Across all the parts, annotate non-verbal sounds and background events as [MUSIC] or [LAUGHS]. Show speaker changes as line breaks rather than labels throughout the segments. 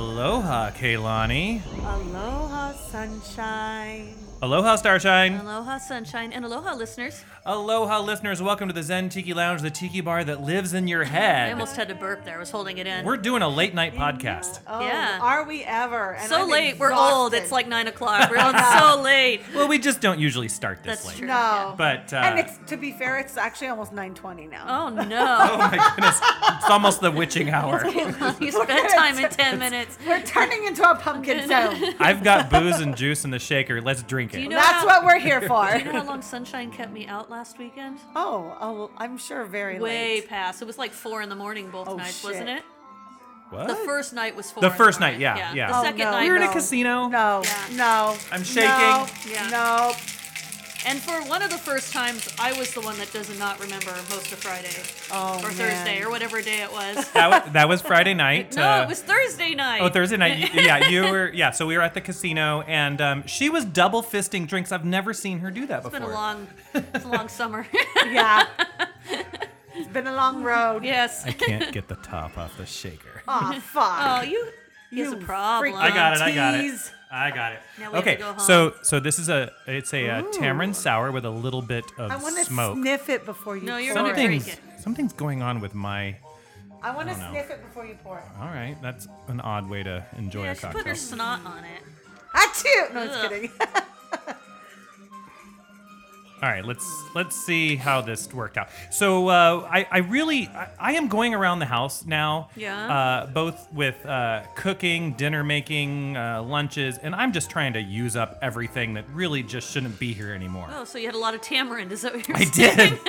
Aloha, Kaylani.
Aloha, sunshine.
Aloha, Starshine.
Aloha, sunshine, and aloha, listeners.
Aloha, listeners. Welcome to the Zen Tiki Lounge, the tiki bar that lives in your
I
head.
almost had to burp there. I was holding it in.
We're doing a late night podcast.
Oh,
Yeah.
Are we ever? And
so
I'm
late. We're old. It's
exhausted.
like nine
[LAUGHS]
o'clock. We're on so late.
Well, we just don't usually start this
That's
late.
true.
no.
But, uh,
and it's to be fair, it's actually almost 9:20 now.
[LAUGHS]
Oh no.
Oh my goodness. It's almost the
[LAUGHS]
witching hour. Oh,
you spent
[LAUGHS]
time in ten minutes.
We're turning into a
[LAUGHS]
pumpkin zone.
I've got booze and juice in the shaker. Let's drink it.
you know-
That's what we're here
[LAUGHS] You know
for.
how long sunshine kept me out last weekend?
Oh, oh, well, I'm sure very
Way
late.
past. It was like four in the morning both
Oh,
nights,
shit.
wasn't it?
what?
The first night was four.
The
in
first night,
morning.
yeah, yeah.
The
Oh,
second
no,
night.
we were in a
No.
casino.
No,
Yeah.
no.
I'm shaking.
No,
Yeah.
no.
And for one of the first times, I was the one that does not remember most of Friday
Oh,
or
man.
Thursday or whatever day it
[LAUGHS]
was.
That, wa- that was Friday night.
no,
uh,
it was Thursday night.
Oh, Thursday night.
[LAUGHS]
You- yeah, you were. Yeah, so we were at the casino, and um, she was double fisting drinks. I've never seen her do that
It's
before.
been a long, it's
[LAUGHS]
a long summer. [LAUGHS]
Yeah. it's been a long road.
yes.
I can't get the top off the shaker.
Oh, fuck.
Oh, you. He has a
You
problem.
freaking-
I got it. I got it.
Tease.
I got it.
Oh, Now we have to
Okay,
go home.
so so this is a it's a, uh tamarind sour with a little bit of
I want to
smoke.
sniff it before you
No, you're
pour
gonna
it.
drink
something's
it.
something's going on with my.
I want to
don't know.
sniff it before you pour it.
All right, that's an odd way to enjoy
Yeah,
a
she put her
cocktail.
snot on it.
Achoo! No, it's
Ugh.
kidding.
All right, let's let's see how this worked out. So uh, I I really I, I am going around the house now.
Yeah.
Uh, both with uh, cooking, dinner making, uh, lunches, and I'm just trying to use up everything that really just shouldn't be here anymore.
Oh, so you had a lot of tamarind. Is that what you're
I did.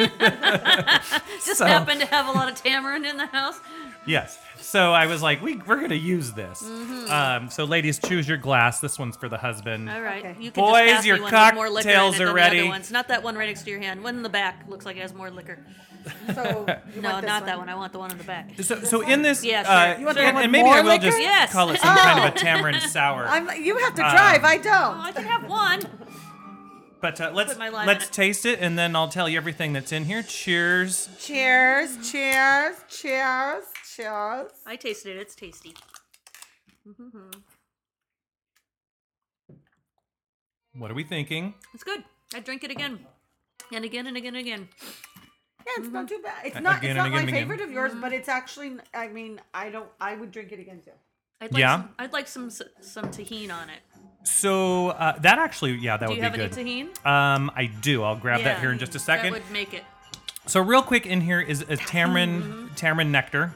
Just
so-
happened to have a lot of tamarind in the house.
yes. So I was like, we we're gonna use this. Um, so ladies, choose your glass. This one's for the husband.
Mm-hmm. All right.
Okay.
You can
Boys,
just pass me
your
one with more liquor in it
cocktails are
than the
ready.
other ones. Not that one right next to your hand. One in the back looks like it has more liquor.
[LAUGHS]
So you
no,
want this
not that one. I want the one in the back.
So, so in this,
Yeah, sure.
uh,
You want
to
and,
have
and maybe
more
I will
liquor?
just
Yes.
call it some kind of a
[LAUGHS]
tamarind sour.
I'm, you have to
Ah.
drive. I
Oh,
don't.
I can have one.
But uh, let's
my lime in
let's
it.
taste it, and then I'll tell you everything that's in here. Cheers!
Cheers! Cheers! Cheers! Cheers!
I tasted it. It's tasty.
What are we thinking?
It's good. I'd drink it again. And again and again and again.
Yeah, it's
Mm-hmm.
not too bad. It's not.
again and
it's not my
again and again.
favorite of yours, but it's actually. I mean, I don't. I would drink it again too.
I'd like
Yeah?
Some, I'd like some s- some tahine on it.
So uh, that actually, yeah, that
Do
would
you
be
have
good.
any tahine?
Um, I do. I'll grab that
Yeah.
here in just a second.
That would make it.
So real quick, in here is a tamarind
Mm-hmm.
tamarind nectar.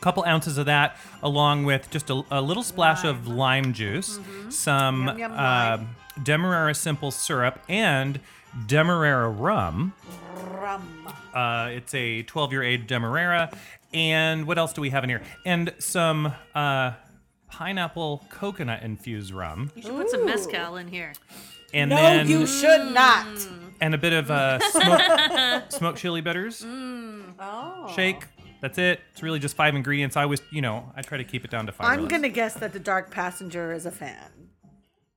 Couple ounces of that, along with just a, a little splash of lime juice, some
Mm-hmm. Yum, yum,
uh,
lime.
demerara simple syrup, and demerara rum.
Rum.
Uh, it's a 12 year age Demerara. And what else do we have in here? And some uh, pineapple coconut infused rum.
You should put some mezcal in here.
And
No,
then
you
Mm.
should not.
and a bit of uh, smoke, smoked chili bitters
Oh.
shake. That's it. It's really just five ingredients. I always, you know, I try to keep it down to 5
I'm
or less.
gonna guess that the dark passenger is a fan.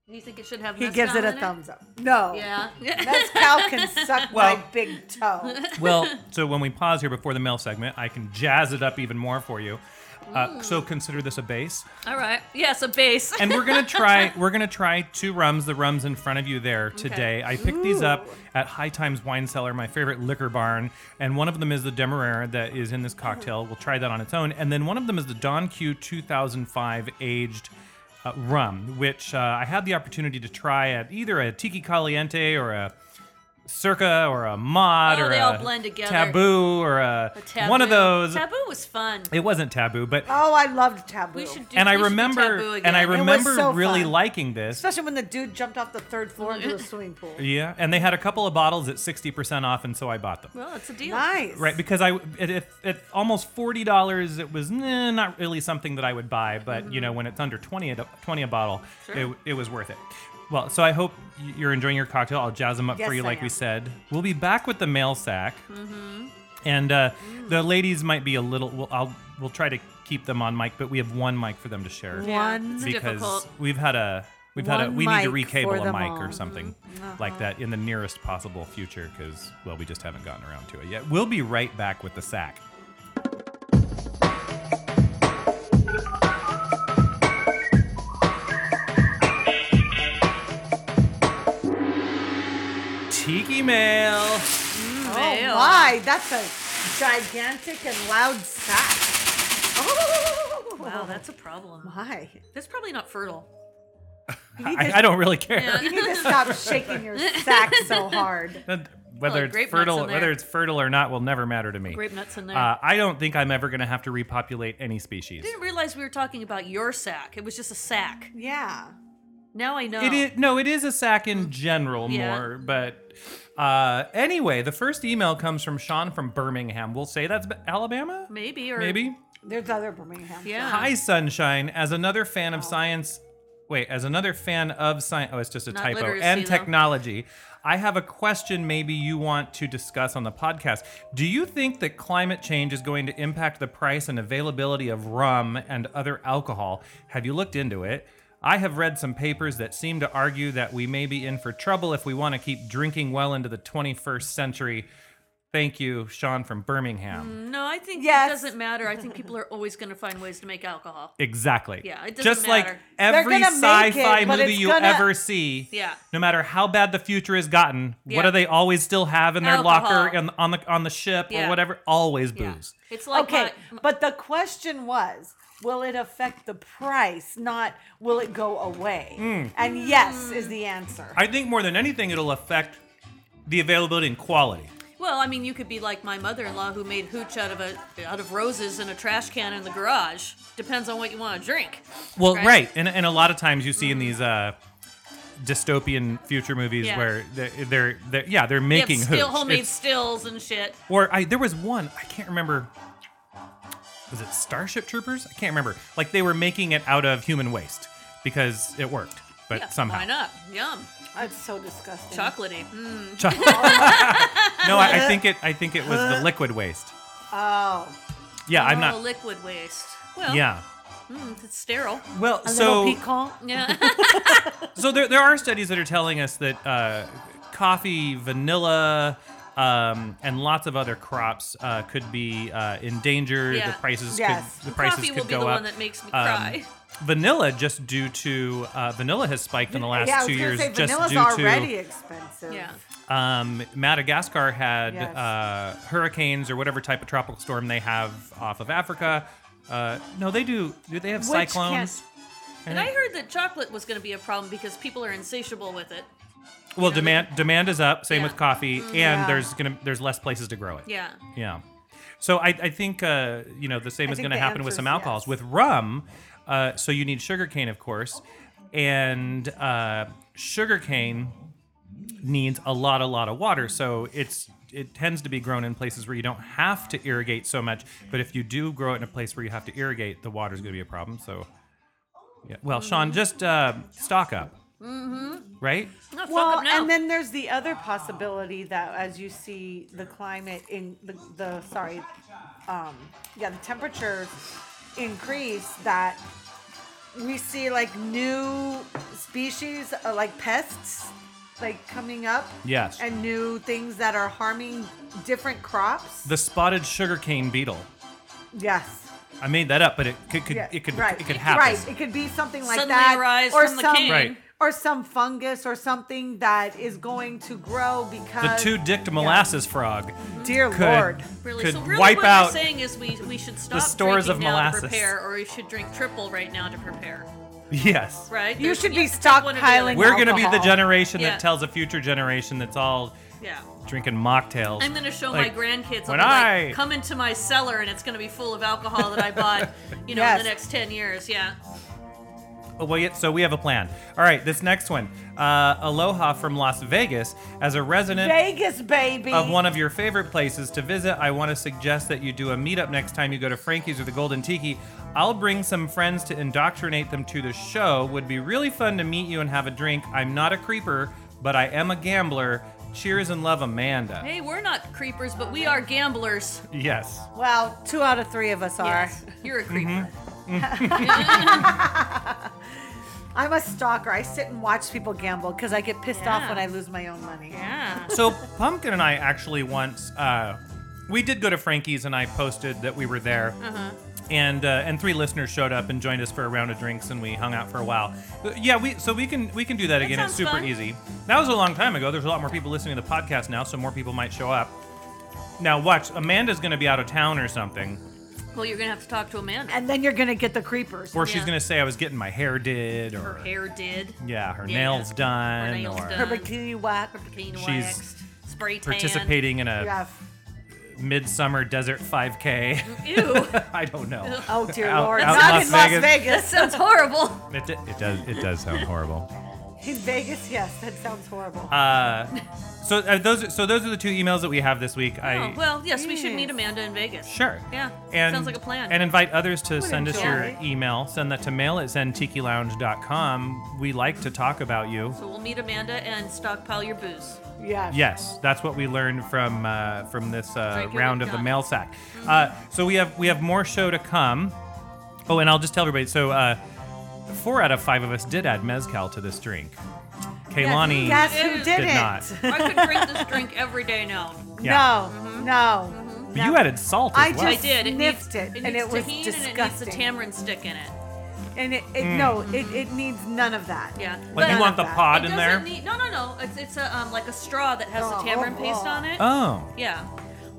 You think it should have
He
mezcal
gives it a
in
thumbs up. No.
Yeah. [LAUGHS]
Mezcal can suck my
Well-
big toe. [LAUGHS]
Well, so when we pause here before the mail segment, I can jazz it up even more for you. Uh, so consider this a base.
All right. Yes, a base.
and we're gonna try
[LAUGHS]
we're gonna try two rums the rums in front of you there today i picked these up at high times wine cellar my favorite liquor barn and one of them is the demerara that is in this
Uh-huh.
cocktail we'll try that on its own and then one of them is the don q 2005 aged uh, rum which uh, i had the opportunity to try at either a tiki caliente or a circa or a mod
Oh,
or
they
a
all blend together.
taboo or a, [LAUGHS]
Taboo.
one of those
Taboo was fun.
it wasn't taboo but
Oh, I loved taboo.
We should do.
and I
we should do
remember,
taboo again.
and I
It was
remember
so
really
fun.
liking this.
Especially when the dude jumped off the third floor into
[LAUGHS]
the swimming pool.
Yeah, and they had a couple of bottles at sixty percent off, and so I bought them.
Well, it's a deal.
Nice.
Right, because I at, at, at almost forty dollars, it was eh, not really something that I would buy, but you know
Mm-hmm.
when it's under 20 a, 20 a bottle, it, it was worth it. Well, so I hope y- you're enjoying your cocktail. I'll jazz them up
Yes,
for you,
I
like we
am. Mm-hmm.
said. We'll be back with the mail sack, and uh, the ladies might be a little. We'll, I'll we'll try to keep them on mic, but we have one mic for them to share
Yeah,
One.
It's
because
difficult.
we've had a we've had a
One
we need to
mic
recable
for
a
them
mic or
all. Mm-hmm.
something like that in the nearest possible future because well we just haven't gotten around to it yet we'll be right back with the sack Email.
Mail.
Oh my, that's a gigantic and loud sack. Oh,
Wow, that's a problem.
my.
That's probably not fertile. [LAUGHS]
You need,
I,
to,
I don't really care.
Yeah.
you need to stop shaking
[LAUGHS]
your sack so hard.
That- Whether
grape
it's
nuts
fertile,
in there.
whether it's fertile or not, will never matter to me.
Grape nuts in there.
Uh, I don't think I'm ever going to have to repopulate any species.
I didn't realize we were talking about your sack. It was just a sack.
Yeah.
Now I know.
It is no, it is a sack in general
Mm. Yeah.
more, but uh, anyway, the first email comes from Sean from Birmingham. We'll say that's Alabama,
Maybe or
maybe.
There's other Birmingham.
Yeah.
Hi, sunshine. As another fan of science, wait, as another fan of science. Oh, it's just a
Not
typo
literacy,
and
though.
technology. I have a question. Maybe you want to discuss on the podcast. Do you think that climate change is going to impact the price and availability of rum and other alcohol? Have you looked into it? I have read some papers that seem to argue that we may be in for trouble if we want to keep drinking well into the 21st century. Thank you, Sean from Birmingham.
No, I think
Yes.
it doesn't matter. I think people are always going to find ways to
[LAUGHS]
make alcohol.
Exactly.
Yeah, it doesn't
Just like
matter.
every
gonna
sci-fi
make it, but
movie
it's
you
gonna-
ever see,
Yeah.
no matter how bad the future has gotten,
Yeah.
what do they always still have in their locker
Alcohol.
and on the on the ship or
Yeah.
whatever? Always
Yeah.
booze.
It's like
okay,
my-
but the question was, will it affect the price? Not will it go away?
Hmm.
And yes
Hmm.
is the answer.
I think more than anything, it'll affect the availability and quality.
Well, I mean, you could be like my mother-in-law who made hooch out of a out of roses in a trash can in the garage. Depends on what you want to drink.
Well, right,
Right.
And, and a lot of times you see in these uh, dystopian future movies
Yeah.
where they're, they're they're yeah they're
You have
making
still
hooch.
homemade
It's-
stills and shit.
Or I there was one I can't remember. Was it Starship Troopers? I can't remember. Like they were making it out of human waste because it worked, but
Yeah,
somehow.
why not? Yum,
That's so disgusting.
chocolatey. Mm.
Cho- [LAUGHS] no, I, I think it. I think it was the liquid waste.
Oh,
Yeah, I'm
Oh,
not.
liquid waste. Well,
Yeah.
mm, it's sterile.
[LAUGHS] Well,
a
so
little piquant.
Yeah.
so there, there are studies that are telling us that uh, coffee, vanilla, um, and lots of other crops uh, could be uh, in danger.
Yeah.
The prices
Yes.
could the prices
Coffee
could
will be
go
the
up. um,
one that makes me cry.
Vanilla, just due to uh, vanilla has spiked in the last
yeah, I was
two
gonna
years,
say
just
vanilla's
due
already expensive.
yeah.
to um, Madagascar had
Yes.
uh, hurricanes or whatever type of tropical storm they have off of Africa. Uh, no, they do. Do they have
Which
cyclones?
And I heard that chocolate was going to be a problem because people are insatiable with it.
Well, demand demand is up. Same
Yeah.
with coffee, and
Mm, yeah.
there's gonna there's less places to grow it.
Yeah.
Yeah. So I, I think uh, you know the same
I
is
think
going to
the
happen
answer
with
is
some alcohols.
yes.
With rum, uh, so you need sugarcane, of course, and uh, sugarcane needs a lot, a lot of water. So it's it tends to be grown in places where you don't have to irrigate so much. But if you do grow it in a place where you have to irrigate, the water's going to be a problem. So, yeah. Well,
Mm-hmm.
Sean, just uh, stock up. Mm-hmm. Right.
No, fuck
Well,
'em now.
and then there's the other possibility that as you see the climate in the, the sorry, um, yeah, the temperature increase that we see like new species uh, like pests like coming up.
Yes.
And new things that are harming different crops.
The spotted sugarcane beetle.
yes.
I made that up, but it could, could
Yeah,
it could
right.
it could happen.
Right. It could be something like
Suddenly
that,
arise
or
from the
some
cane.
Right.
or some fungus or something that is going to grow
The
because
two-dicked molasses frog
Uh, Dear
could,
Lord.
Really,
could
so really
wipe
what
out.
you're saying is we, we should stop
stores
drinking
of
now
molasses.
to prepare, or we should drink triple right now to prepare,
Yes,
right?
You should be
have to pick one or the other.
stockpiling
we're gonna be the
Alcohol.
generation
Yeah.
that tells a future generation that's all
Yeah.
drinking mocktails.
I'm gonna show
Like,
my grandkids.
when
I'll be like,
I-
come into my cellar, and it's gonna be full of
[LAUGHS]
alcohol that I bought, you know, in
Yes.
the next ten years. Yeah.
Oh, well, yeah, so we have a plan. All right, this next one, uh, Aloha from Las Vegas. As a resident
Vegas baby.
of one of your favorite places to visit, I want to suggest that you do a meetup next time you go to Frankie's or the Golden Tiki. I'll bring some friends to indoctrinate them to the show. Would be really fun to meet you and have a drink. I'm not a creeper, but I am a gambler. Cheers and love, Amanda.
Hey, we're not creepers, but we are gamblers.
Yes.
well, two out of three of us are.
Yes. You're a creeper.
Mm-hmm.
I'm a stalker. I sit and watch people gamble because I get pissed
Yeah.
off when I lose my own money.
Yeah.
So Pumpkin and
Uh-huh.
I actually once uh, we did go to Frankie's and I posted that we were there. and uh, and three listeners showed up and joined us for a round of drinks, and we hung out for a while. Uh, Yeah, we so we can we can do that again. It's
sounds
super
fun.
easy. That was a long time ago. There's a lot more people listening to the podcast now, so more people might show up. Now watch, Amanda's going to be out of town or something,
Well, you're gonna have to talk to Amanda.
And then you're gonna get the creepers.
or
Yeah.
she's going to say I was getting my hair did, or
Her hair did.
yeah, her
Yeah.
nails done,
Her nails
or
Her
done.
bikini wax.
Bikini
She's
waxed, spray tan.
participating in a
Yeah.
midsummer desert 5K.
Ew,
[LAUGHS] I don't
[LAUGHS]
know.
Oh dear
Out-
lord.
out
Not
Las
in Las
Vegas.
that
Vegas.
sounds horrible.
It, d- it does it does [LAUGHS] sound horrible.
In Vegas, yes, that sounds horrible.
Uh, so uh, those so those are the two emails that we have this week. I
Oh, well, yes, we should meet
Yes.
Amanda in Vegas.
sure.
Yeah,
And,
sounds like a plan.
And invite others to
Would
send us
enjoy.
your email. Send that to mail at zentikilounge.com. We like to talk about you.
so we'll meet Amanda and stockpile your booze.
yes.
Yes, that's what we learned from uh, from this uh,
Drink your
round of the
Lipton.
mail sack.
Mm-hmm.
Uh, so we have we have more show to come. Oh, and I'll just tell everybody. So uh, four out of five of us did add mezcal to this drink. Kaylani
Guess who
Did
did, it?
not.
I could drink this drink every day now.
Yeah.
No,
Mm-hmm.
no.
But you added salt as
I
well.
just-
I did. It
Sniffed
needs,
it, and
needs
it was
tahini and it needs the
disgusting.
tamarind stick in it.
And it,
Mm.
it no, it, it needs none of that.
Yeah.
like you
But- um,
want the
It
pod in
it doesn't
there?
Need, no, no, no. It's it's a um, like a straw that has
Oh,
the tamarind paste
oh.
on it.
oh.
Yeah.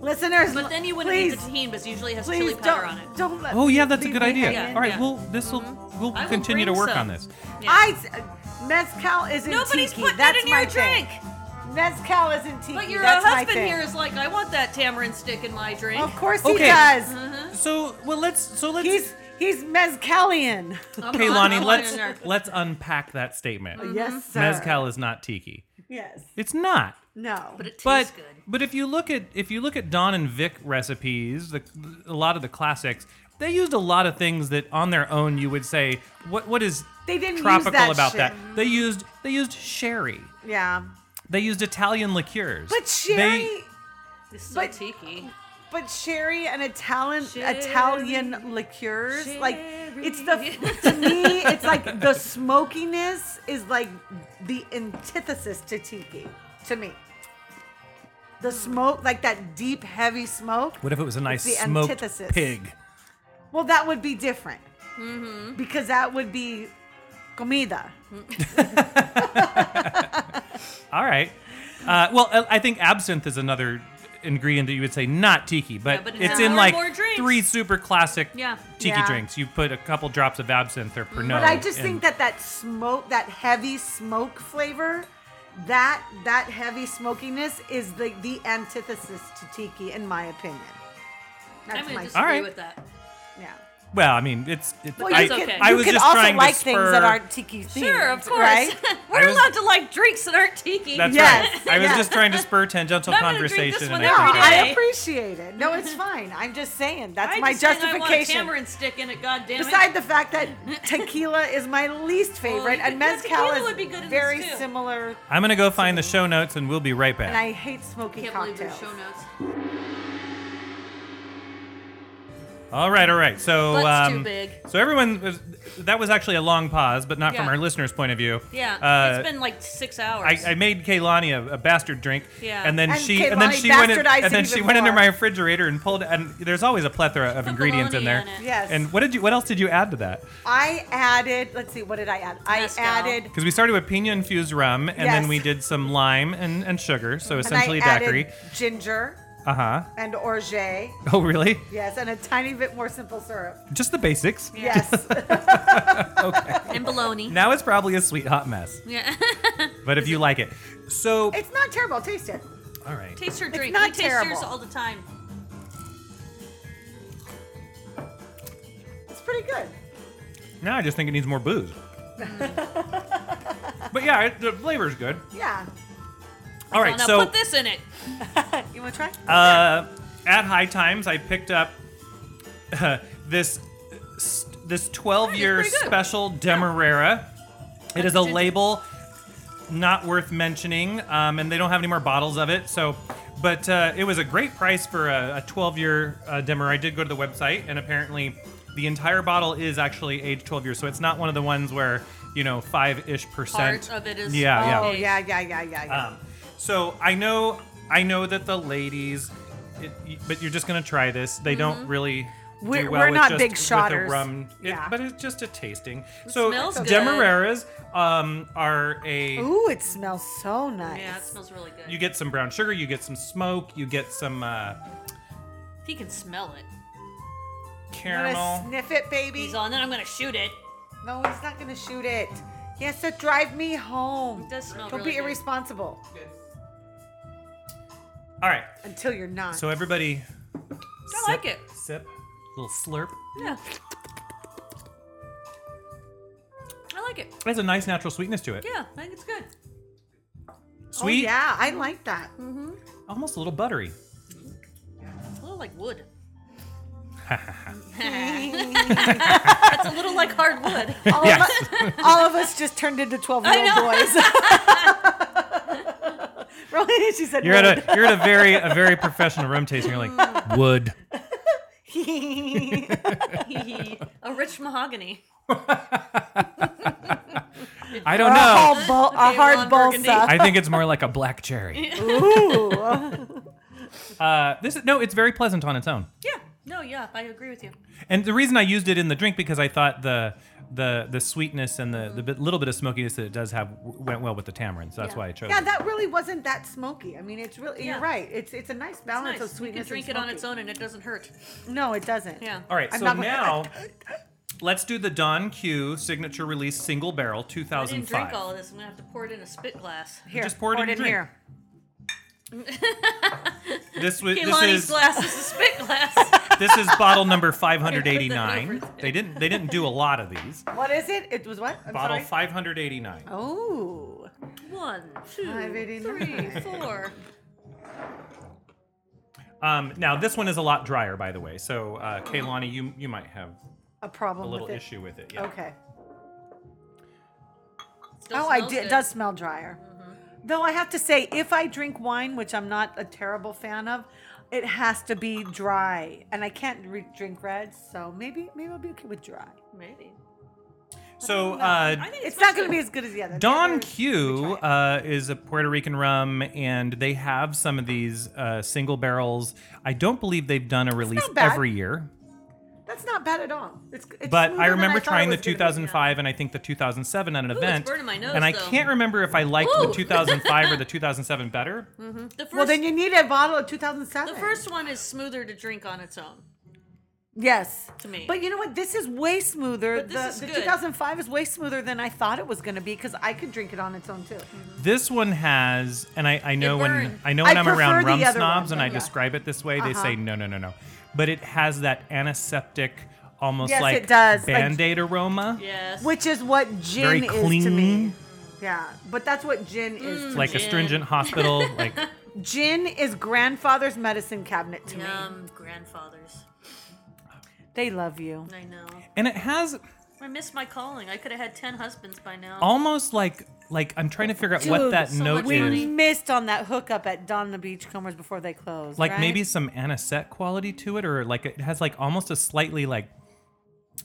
Listeners,
But then you wouldn't
please,
need the tahini because it usually has
please
chili
don't,
powder on it.
don't let
Oh yeah, that's a
leave
good
me
idea.
hanging.
All right,
Yeah.
well this will we'll
I will
continue to
bring
work
some.
on this.
Yeah.
I s- mezcal isn't
Nobody's
tiki.
putting
that's
it in your
my
drink.
Thing. Mezcal isn't tiki.
But your uh,
that's my
husband
thing.
here is like, I want that tamarind stick in my drink.
Of course
Okay.
he does.
[LAUGHS]
So well let's so let's [LAUGHS]
He's he's mezcalian.
I'm-
Okay,
I'm- [LAUGHS]
Lonnie,
I'm
let's
in there.
[LAUGHS] let's unpack that statement.
Mm-hmm.
Yes, sir.
Mezcal is not tiki.
Yes.
It's not.
No.
But it tastes
But
good.
but if you look at if you look at Don and Vic recipes, the, a lot of the classics, they used a lot of things that on their own you would say what what is
They didn't use
tropical
that
about
shit.
that. They used they used sherry.
yeah.
They used Italian liqueurs.
But
They-
sherry,
This is
But-
so tiki.
but sherry and Italian
Sherry.
Italian liqueurs, like it's the to me, it's
[LAUGHS]
like the smokiness is like the antithesis to tiki to me. The smoke, like that deep, heavy smoke.
what if it was a nice
the
smoked
antithesis.
pig?
Well, that would be different
Mm-hmm.
because that would be comida.
All right. Uh, well, I- I think absinthe is another ingredient that you would say not tiki, but,
Yeah, but
it's
it's
in
more
like
and more drinks.
three super classic
Yeah.
tiki
Yeah.
drinks. You put a couple drops of absinthe or Pernod.
But I just
and-
think that that smoke, that heavy smoke flavor, that that heavy smokiness is the the antithesis to tiki, in my opinion.
I'm
That's
going to
my
disagree
Alright.
with that.
yeah.
Well, I mean, it's. it's
Well,
I,
you
it's
can,
okay.
you
I was
can
just
also
trying
like
to
things
spur.
that aren't tiki themed,
Sure, of course.
right?
I
We're
was-
allowed to like drinks that aren't tiki.
That's
Yes.
right. I was
Yeah.
just trying to spur tangential
I'm gonna drink this
conversation.
one
and
No,
I
[LAUGHS]
think
every day.
it-
I appreciate it. No,
[LAUGHS]
it's fine. I'm just saying that's
I
my
just think I want a
justification.
tamarind stick in it, goddammit.
Beside the fact that tequila is my least favorite,
you
and
could- yeah,
mezcal
tequila
is
would be good in this
very
too.
similar,
I'm going to go find the show notes and we'll be right back.
and I hate smoky
can't believe there's
cocktails.
show notes.
All right, all right. So
Butt's too
um,
big.
So everyone, was, that was actually a long pause, but not from
Yeah.
our listeners' point of view.
Yeah,
Uh,
it's been like six hours.
I, I made Kaylani a, a bastard drink,
Yeah.
and then
And
she and then
Kehlani
she went in,
bastardized
and then
it
she
even
went into
more.
my refrigerator and pulled. And there's always a plethora of
Put
ingredients in
bologna
there.
in it.
Yes.
And what did you? What else did you add to that?
I added. Let's see. What did I add? I
Mezcal.
added.
Because we started with pina infused rum, and then
Yes.
we did some lime and, and sugar, so
And I
essentially daiquiri.
added ginger
Uh huh.
and orgeat.
[LAUGHS] Oh really?
Yes, and a tiny bit more simple syrup.
Just the basics.
[LAUGHS]
Yes. [LAUGHS]
and bologna.
Now it's probably a sweet hot mess,
Yeah. [LAUGHS]
but if you like it, so
it's not terrible. Taste it.
all right.
taste your drink.
not
we taste yours
terrible.
all the time.
It's pretty good.
Now I just think it needs more booze.
Mm.
but yeah, it, the flavor's
[LAUGHS]
good.
Yeah.
All
Oh,
right,
now
so
put this in it.
You want to try?
Uh, at High Times, I picked up uh, this this 12 year
pretty good.
special Demerara. It is a
Ginger.
label not worth mentioning, um, and they don't have any more bottles of it. So, but uh, it was a great price for a 12 year uh, Demerara. I did go to the website, and apparently, the entire bottle is actually aged 12 years. So it's not one of the ones where you know five ish percent.
Part of it is.
Yeah, yeah.
Oh
aged.
yeah, yeah, yeah, yeah. yeah.
Um, so I know, I know that the ladies, it, but you're just gonna try this. They don't really.
We're-
do well
Mm-hmm. we're
with
not
just
big
with
shotters.
a rum. It-
Yeah.
but it's just a tasting. so
smells good.
demerara's um, are a
Ooh, it smells so nice.
Yeah, it smells really good.
you get some brown sugar, you get some smoke, you get some uh,
he can smell it.
I'm gonna
caramel.
sniff it, baby.
He's on, then I'm gonna shoot it.
No, he's not gonna shoot it. He has to drive me home.
It does smell
Don't
really
be
good.
irresponsible
All right,
until you're not.
so everybody.
I like it.
Sip, little slurp.
Yeah. I like it.
It has a nice natural sweetness to it.
Yeah, I think it's good.
Sweet,
Oh, yeah, I like that.
[LAUGHS]
almost a little
[LAUGHS]
buttery.
It's a little like wood. That's a little like hard [LAUGHS] wood.
All,
Yes. [LAUGHS]
of, all of us just turned into 12 year old boys. [LAUGHS]
[LAUGHS]
really? She said,
You're at a you're at a very a very professional rum tasting. You're
[LAUGHS]
like wood. [LAUGHS]
a. [LAUGHS]
[LAUGHS] a rich mahogany.
I don't
a
know.
hard, bul- a
Okay,
hard
Ron
balsa.
Burgundy.
I think it's more like a black cherry.
[LAUGHS] Ooh.
Uh, this is no, it's very pleasant on its own.
Yeah. No, yeah, I agree with you.
And the reason I used it in the drink because I thought the the the sweetness and the the bit, little bit of smokiness that it does have w- went well with the tamarind. So that's
Yeah.
why I chose.
Yeah,
it.
that really wasn't that smoky. I mean, it's really,
Yeah.
you're right. It's it's a nice
It's
balance
nice.
of sweetness.
you can drink it
and
on its
smoky.
own and it doesn't hurt.
No, it doesn't.
Yeah.
All right,
I'm
so
not gonna-
now
[LAUGHS]
let's do the Don Q signature release single barrel
I didn't drink
2005.
all of this. I'm gonna have to pour it in a spit glass. [LAUGHS]
Here,
Just pour it in your
in
drink.
here.
This was this
Kehlani's
is
glass is a spit glass.
[LAUGHS] this is bottle
[LAUGHS]
number 589. they didn't they didn't do a lot of these.
What is it? It was what? I'm
Bottle
sorry.
589.
Oh.
One, two,
Five eighty
three,
nine.
four.
Um, now this one is a lot drier, by the way. So uh, Kaylani, you you might have
A
a
problem
little
with it.
issue with it. Yeah.
Okay.
Still
oh, I
smells
did. It
good. Mm-hmm.
does smell drier. Though I have to say, if I drink wine, which I'm not a terrible fan of, it has to be dry, and I can't re- drink reds, so maybe maybe I'll be okay with dry.
Maybe.
So uh,
I think it
It's
smells
not going to
good.
be as good as the other.
Don
Others-
Q uh, is a Puerto Rican rum, and they have some of these uh, single barrels. I don't believe they've done a release
bad.
every year,
That's not bad at all. It's, it's
but
smoother
I
than
remember
thought
trying
it
the
was gonna be.
2005 and I think the 2007 at an
it's
event,
burning my nose,
and I
though.
can't remember if I liked the
[LAUGHS]
Ooh.
2005 or the 2007 better.
The first,
Well, then you need a bottle of 2007.
the first one is smoother to drink on its own.
Yes.
To me.
But you know what? This is way smoother.
But this
the
is
the
good.
2005 is way smoother than I thought it was going to be because I could drink it on its own too.
This one has, and I, I know when
burned.
I know
I
when I am
prefer
around
the
rum
other
snobs
one,
and I
yeah. Uh-huh.
describe it this way, they say no, no, no, no. But it has that antiseptic, almost
Yes,
like
it does, like-
band-aid aroma,
Yes.
Which is what
Very
gin is to me.
clean. Mm.
Yeah, but that's what gin is. to
like
Gin.
astringent
[LAUGHS]
hospital, like.
me. Gin is grandfather's medicine cabinet to me.
Yum, grandfathers.
They love you.
I know.
and it has
I missed my calling. I could have had ten husbands by now.
almost like like I'm trying to figure out what
Dude,
that
so
note
much
is.
We
money.
missed on that hookup at Don the Beachcombers before they closed.
Like
right?
maybe some anisette quality to it, or like it has like almost a slightly like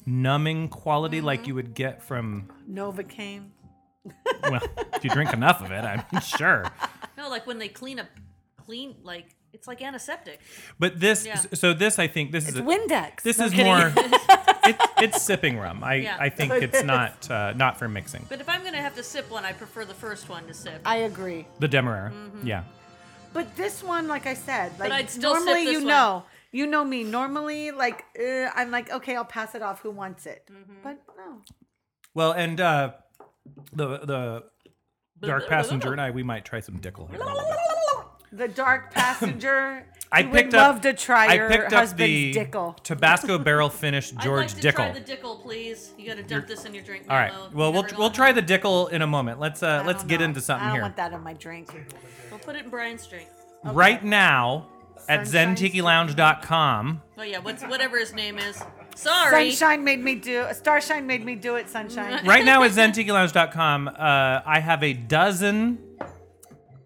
numbing quality, like
Mm-hmm.
you would get from.
Novocaine.
Well, if you drink enough of it, I'm [LAUGHS] sure.
No, like when they clean up, clean like it's like antiseptic.
But this,
Yeah.
so this, I think this is
It's
a,
Windex.
this
No
is
kidding. [LAUGHS]
more. it, it's sipping rum. I
Yeah.
I think it's not uh, not for mixing.
But if I'm gonna have to sip one, I prefer the first one to sip.
I agree.
The Demerara,
Mm-hmm.
yeah.
But this one, like I said, like
I'd still sip
normally
this
you
one.
know, you know me. Normally, like uh, I'm like, okay, I'll pass it off. Who wants it?
Mm-hmm.
But no,
Well, and uh, the the dark passenger and I, we might try some Dickel. Here.
the dark passenger.
[LAUGHS] I
you would
picked
love
up.
to try
I
your
picked up the
husband's dickle.
Tabasco barrel finished
[LAUGHS] I'd
George
like to
Dickel.
Try the Dickel, please. You gotta dump this in your drink.
All right.
Milo.
Well,
You
we'll
never know.
we'll try the Dickel in a moment. Let's uh
I
let's
don't
get
know.
into something
Oh, I don't
here.
want that on my drink.
We'll put it in Brian's drink.
Right now at
Sunshine
zentikilounge.com.
Oh yeah, what's whatever his name is. Sorry.
Sunshine made me do. Starshine made me do it. Sunshine.
Right now at zentikilounge.com, uh I have a dozen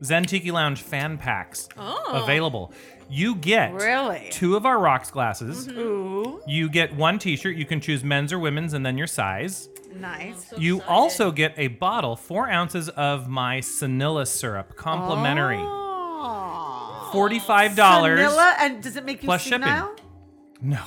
Zen Tiki Lounge fan packs
Oh.
available. You get
Really? Mm-hmm.
two of our rocks glasses.
Ooh,
You get one t-shirt. You can choose men's or women's and then your size.
nice.
So
You
excited.
also get a bottle, four ounces of my Sanilla syrup, complimentary,
Aw.
forty-five dollars.
Vanilla, and does it make you
Plus shipping.
senile?
No,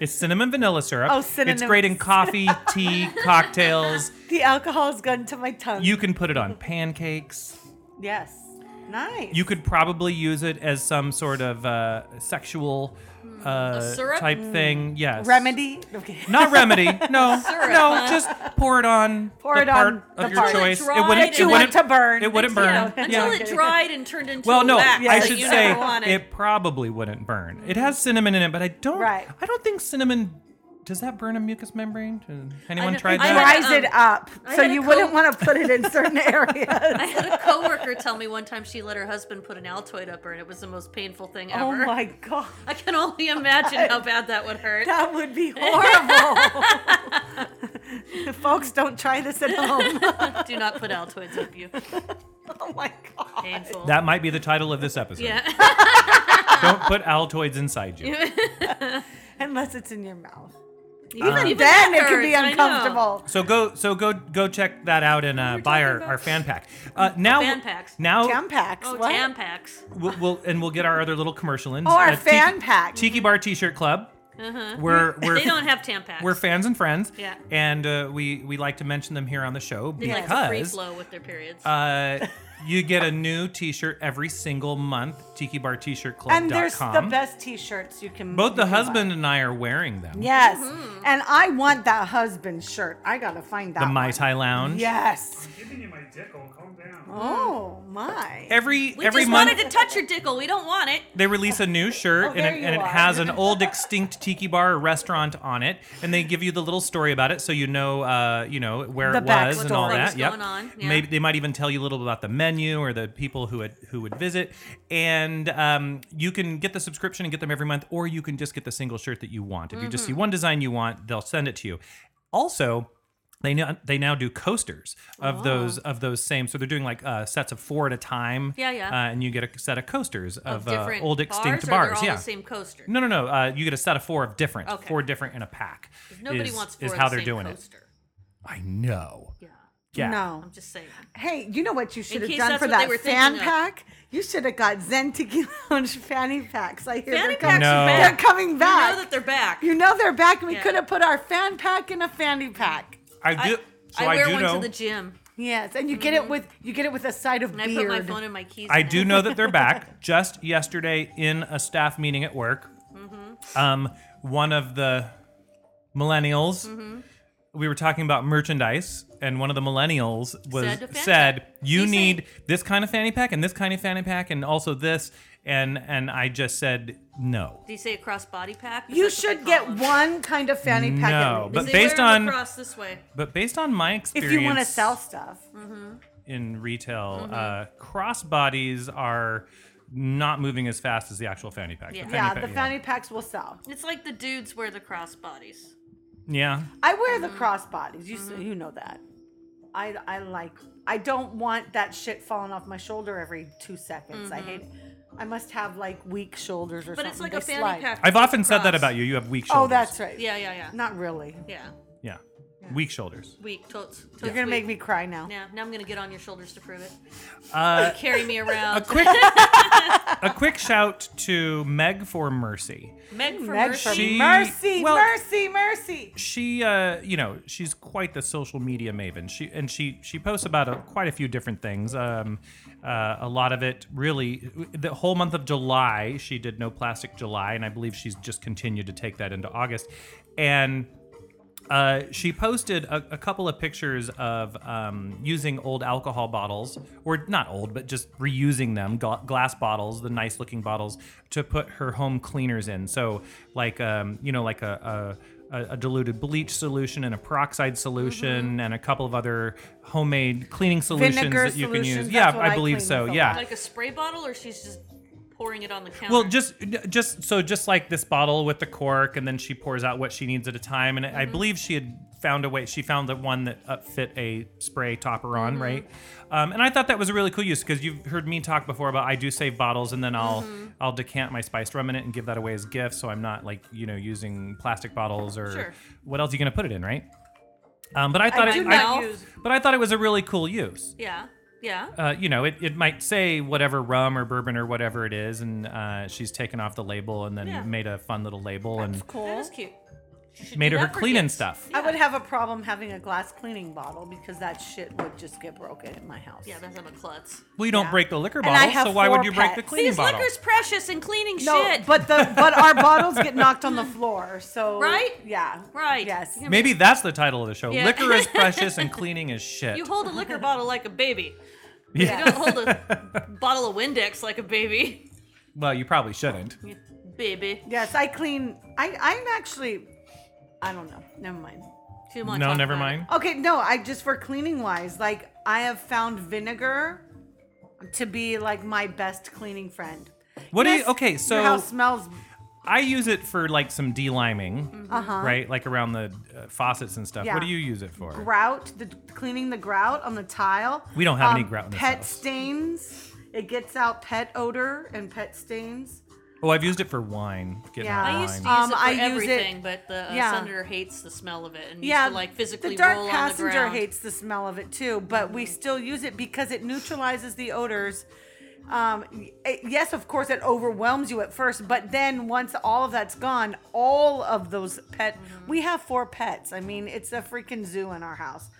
It's cinnamon vanilla syrup.
Oh,
It's
cinnamon
great in coffee, tea, cocktails.
The alcohol is gone to my tongue.
You can put it on pancakes.
yes. Nice.
You could probably use it as some sort of uh, sexual uh,
Hmm. syrup? Hmm.
type thing. Yes.
remedy. Okay. [LAUGHS]
Not remedy. No.
Syrup,
no.
huh?
Just pour it on
Pour
the
it
part
on
of
the
your
part.
choice.
Until it dried
you
it
want to burn.
It wouldn't burn.
Yeah, until
Yeah.
it dried and turned into
Well, no,
wax
I
that
should
you
say
never wanted.
it probably wouldn't burn. It has cinnamon in it, but I don't.
Right.
I don't think cinnamon. Does that burn a mucus membrane? Has Anyone
kn-
tried
I
that?
had-
Rise it
um,
up
I
so
had a
you wouldn't
co-
want to put it in
[LAUGHS]
certain areas.
[LAUGHS] I had a coworker tell me one time she let her husband put an Altoid up her, and it was the most painful thing ever.
oh my god,
[LAUGHS] I can only imagine how bad that
[LAUGHS]
would hurt.
that would be
[LAUGHS]
horrible. [LAUGHS] Folks, don't try this at home. [LAUGHS]
Do not put Altoids up you.
oh my god.
Painful.
That might be the title of this episode.
yeah. [LAUGHS]
Don't put Altoids inside you.
Unless it's in your mouth.
Uh,
Even,
then
that
it can be
hurts, I know.
uncomfortable.
So go, so go, go check that out and uh,
were
buy our,
talking about-
our fan pack. Uh, now,
Fan packs.
now,
Tampax.
Oh,
what?
Tampax.
we'll, we'll and we'll get our other little commercial in.
Oh, our
Tiki-
fan pack.
Tiki Bar T-shirt Club. Uh-huh. We're we're
[LAUGHS] They don't have Tampax.
we're fans and friends.
Yeah.
And uh, we we like to mention them here on the show
they
because
like to free flow with their periods.
Uh, you get a new T-shirt every single month. Tiki Bar T-shirt Club.
and there's the best t-shirts you can
Both
you
the
can buy.
husband and I are wearing them.
yes
Mm-hmm.
and i want that husband shirt i gotta find that
The
one.
Mai Tai Lounge.
yes
Giving you my dickle, calm down.
oh
Mm.
my
Every
we
every
just
month
wanted to touch your dickle. We don't want it.
they release a new shirt
Oh,
and,
there
it,
you
and it
are.
has
[LAUGHS]
an old extinct tiki bar or restaurant on it and they give you the little story about it so you know uh, you know where
The
it was and
backstory.
all
What
that
was going on, yeah.
maybe they might even tell you a little about the menu or the people who would who would visit and um, you can get the subscription and get them every month or you can just get the single shirt that you want if you just see
Mm-hmm.
one design you want they'll send it to you also they now they now do coasters
Oh.
of those of those same so they're doing like uh, sets of four at a time
Yeah, yeah.
uh, and you get a set of coasters of,
Of
uh,
different
old
bars,
extinct
or
bars.
They're all
yeah.
the same coaster.
No, no, no. Uh, you get a set of four of different,
Okay.
four different in a pack.
Nobody
is,
wants four
is
of
how
the
they're
same
doing it.
coaster.
I know.
Yeah.
Yeah.
no
I'm just saying.
hey you know what you should have
case
done
that's
for
what they
that
were
fan
thinking of.
pack you should have got zen tiki lounge [LAUGHS] fanny packs i hear
Fanny
they're, coming,
packs are
No.
back.
they're coming back
You know that they're back.
they're back and we
Yeah.
could have put our fan pack in a fanny pack
I do. so
I
I,
wear
do
one
know.
to the gym,
yes and you get it with you get it with a side of
Mm-hmm. and I
beard
put my phone in my keys.
I
in
do
it. [LAUGHS]
know that they're back. Just yesterday, in a staff meeting at work,
Mm-hmm.
um, one of the millennials.
Mm-hmm.
We were talking about merchandise, and one of the millennials was
Said a fanny
said,
pack.
"You
He's saying-
need this kind of fanny pack, and this kind of fanny pack, and also this." And and I just said no.
Do you say a crossbody pack? Is
you
that what they
should
call
get
them?
one kind of fanny pack at
No,
least.
but
They
based
wear 'em
on
across this way.
But based on my
if
experience,
you want to sell Mm-hmm. stuff.
in retail, uh, crossbodies are not moving as fast as the actual fanny pack.
Yeah.
The
yeah,
fanny
the
pack-
fanny packs will sell.
It's like the dudes wear the crossbodies.
yeah.
I wear the crossbodies. You
Mm-hmm.
s you know that. I I like. I don't want that shit falling off my shoulder every two seconds. I hate it. I must have like weak shoulders or
Mm-hmm. But
something.
it's like
They
a fanny
slide.
pack.
I've often said that
across.
about you. You have weak shoulders.
Oh, that's right.
Yeah, yeah, yeah.
Not really.
Yeah.
Yeah. Weak
[LAUGHS]
shoulders.
Weak totes. totes
You're gonna
weak.
make me cry now.
Now, now I'm gonna get on your shoulders to prove it.
Uh,
[LAUGHS] Carry me around.
[LAUGHS] a quick, a quick shout to Meg for mercy.
Meg for
Meg, for
mercy.
She-
mercy,
well-
mercy, mercy.
she uh you know she's quite the social media maven she and she she posts about a, quite a few different things um uh, a lot of it really the whole month of july she did no plastic july and i believe she's just continued to take that into august and uh, she posted a, a couple of pictures of um, using old alcohol bottles, or not old, but just reusing them, gla- glass bottles, the nice looking bottles, to put her home cleaners in. So, like, um, you know, like a, a, a a diluted bleach solution and a peroxide solution and a couple of other homemade cleaning solutions
Mm-hmm. Vinegar
that you can use.
solutions,
Yeah,
that's what
I
I
believe
clean
so.
with a
Yeah.
lot.
Like a spray bottle, or she's just pouring it on the counter.
Well, just just so just like this bottle with the cork, and then she pours out what she needs at a time. And I believe she had found a way. She found the one that uh, fit a spray topper on, right? Um, and I thought that was a really cool use because you've heard me talk before about I do save bottles, and then I'll I'll decant my spiced rum in it and give that away as gifts, so I'm not like you know using plastic bottles or
Sure.
what else are you gonna put it in, right? Um, but I thought
do
it,
not
I,
use-
but I thought it was a really cool use.
yeah. Yeah.
uh, you know, it, it might say whatever rum or bourbon or whatever it is, and uh, she's taken off the label and then
Yeah.
made a fun little label and
Cool.
That is cute. You should
made
do
it her
that for
cleaning
kids.
stuff.
I would have a problem having a glass cleaning bottle because that shit would just get broken in my house.
Yeah, that's I'm a klutz.
Well, you don't
Yeah.
break the liquor
And I
bottle,
have
so why would
four
you break
pets.
the cleaning
These
bottle?
liquor's precious and cleaning
no,
shit.
but the
[LAUGHS]
but our bottles get knocked on the floor, so
Right?
Yeah,
Right.
Yes,
You
[LAUGHS] Maybe that's the title of the show.
Yeah.
Liquor
[LAUGHS]
is precious and cleaning is shit.
You hold a
[LAUGHS]
liquor bottle like a baby.
Yeah.
You don't
[LAUGHS]
hold a bottle of Windex like a baby.
well, you probably shouldn't.
Baby.
yes. I clean. I I'm actually. I don't know. Never mind.
She didn't wanna
No,
talk
never
about it.
mind.
Okay, no. I just for cleaning wise, like I have found vinegar to be like my best cleaning friend.
What do you?
Yes,
Okay, so
your house smells.
I use it for like some deliming,
Mm-hmm.
right? Like around the uh, faucets and stuff.
Uh-huh. Yeah.
What do you use it for?
grout, the cleaning the grout on the tile. Um,
We don't have any grout in this
Pet
house.
stains. It gets out pet odor and pet stains.
oh, I've used it for wine. Getting
Yeah.
out
I
wine.
used to use
Um,
it for
I use it-
everything, but the uh,
Yeah.
senator hates the smell of it and
Yeah,
used to like physically
the dark
roll
passenger
on the ground.
hates the smell of it too, but we still use it because it neutralizes the odors. Um, y- it- yes, of course, it overwhelms you at first, but then once all of that's gone, all of those pet.
Mm-hmm.
We have four pets. I mean, it's a freaking zoo in our house,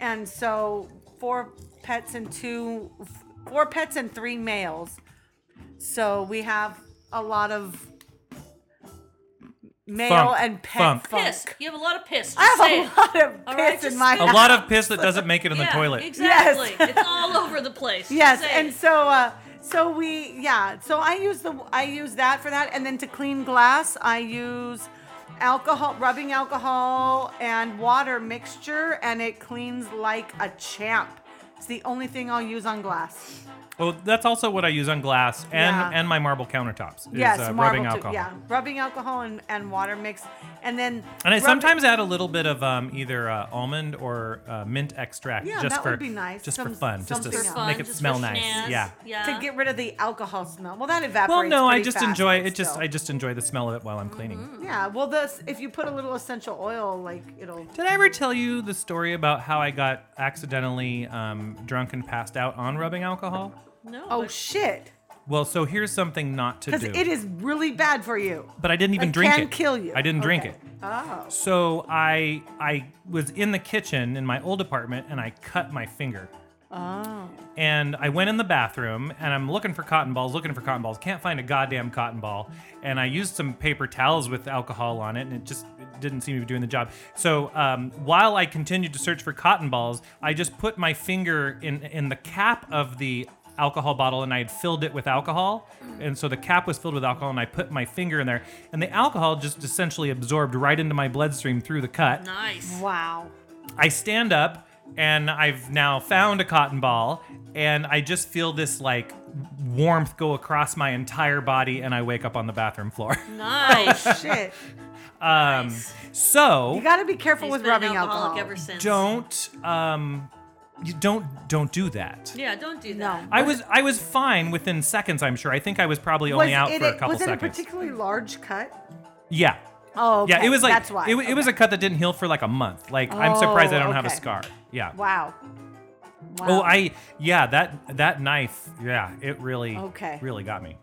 and so four pets and two, f- four pets and three males. So we have a lot of male
Funk.
and pet
Funk.
funk.
piss. You have a lot of piss. Just
I
say it.
have a lot of
All
piss
right, just
in my
say
a
house.
lot of
[LAUGHS]
piss that doesn't make it in
yeah,
the toilet.
Exactly. it's all over the
[LAUGHS]
place. Just
Yes,
say
and
it.
so uh, so we yeah. So I use the I use that for that, and then to clean glass, I use alcohol, rubbing alcohol, and water mixture, and it cleans like a champ. It's the only thing I'll use on glass.
Well, that's also what I use on glass and
Yeah.
and my marble countertops. Is,
yes,
uh,
marble
rubbing
too-
alcohol.
Yeah, rubbing alcohol and, and water mix, and then
And I
rub-
sometimes add a little bit of um, either uh, almond or uh, mint extract
Yeah,
just
that
for
would be nice.
just for
Some-
fun, just to
something
s-
else.
make
Fun,
it
just
smell
for
nice.
snaz.
Yeah.
Yeah.
to get rid of the alcohol smell. Well, that evaporates.
Well, no, I
pretty
just
fast,
enjoy
but
it. Just
still.
I just enjoy the smell of it while I'm cleaning.
Mm-hmm.
yeah. Well, this if you put a little essential oil, like it'll.
Did I ever tell you the story about how I got accidentally um, drunk and passed out on rubbing alcohol?
no.
Oh
but-
shit.
Well, so here's something not to
Because
do.
it is really bad for you.
but I didn't even
It
drink
can
it.
kill you.
I didn't drink
Okay.
it.
Oh.
So I I was in the kitchen in my old apartment and I cut my finger.
Oh.
And I went in the bathroom and I'm looking for cotton balls, looking for cotton balls, can't find a goddamn cotton ball. And I used some paper towels with alcohol on it and it just it didn't seem to be doing the job. So um, while I continued to search for cotton balls, I just put my finger in in the cap of the alcohol bottle and I had filled it with alcohol. And so the cap was filled with alcohol and I put my finger in there and the alcohol just essentially absorbed right into my bloodstream through the cut.
nice.
Wow.
I stand up and I've now found a cotton ball and I just feel this like warmth go across my entire body and I wake up on the bathroom floor. [LAUGHS]
Nice.
Shit.
Um,
You
so
got to be careful
He's
with
been
rubbing
an alcoholic
alcohol.
ever since.
don't um, you don't don't do that.
Yeah, don't do that.
I was I was fine within seconds. I'm sure. I think I was probably only out
it
for a couple
was it a
seconds.
particularly large cut?
yeah,
Oh.
yeah.
okay,
It was like
that's why.
It, wa- it was a cut that didn't heal for like a month. Like I'm surprised I
Oh,
don't have a
okay.
scar. Yeah.
Wow. wow.
Oh, I yeah that that knife yeah it really
Okay.
really got me.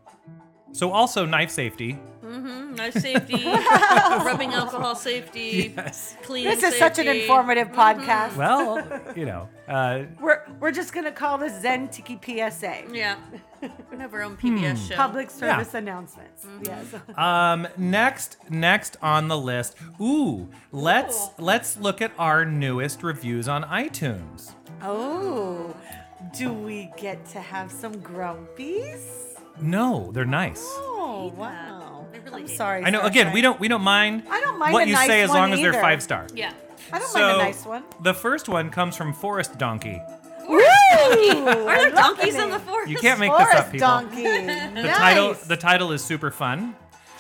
So also knife safety.
Mm,
[LAUGHS]
Knife safety, rubbing alcohol safety,
Yes.
clean
This is such an
safety.
informative podcast. [LAUGHS]
Well, you know, uh,
We're we're just gonna call this Zen Tiki PSA.
Yeah. We have our own PBS
Hmm.
show.
Public service announcements. Yes.
um, next next on the list. Ooh, let's let's look at our newest reviews on iTunes.
[LAUGHS] Oh. Do we get to have some grumpies?
No, they're nice.
Oh
hate that.
wow!
I really
am
hate
sorry.
I know. Again, we don't we don't mind.
I don't mind
what
a
you
nice
say as
one
long as they're
either.
five star.
Yeah.
I don't
so,
mind a nice one.
The first one comes from Forest Donkey.
Woo!
Are there donkeys on the forest?
You can't make this up,
Forest
people.
[LAUGHS]
donkey.
The title the title is super fun.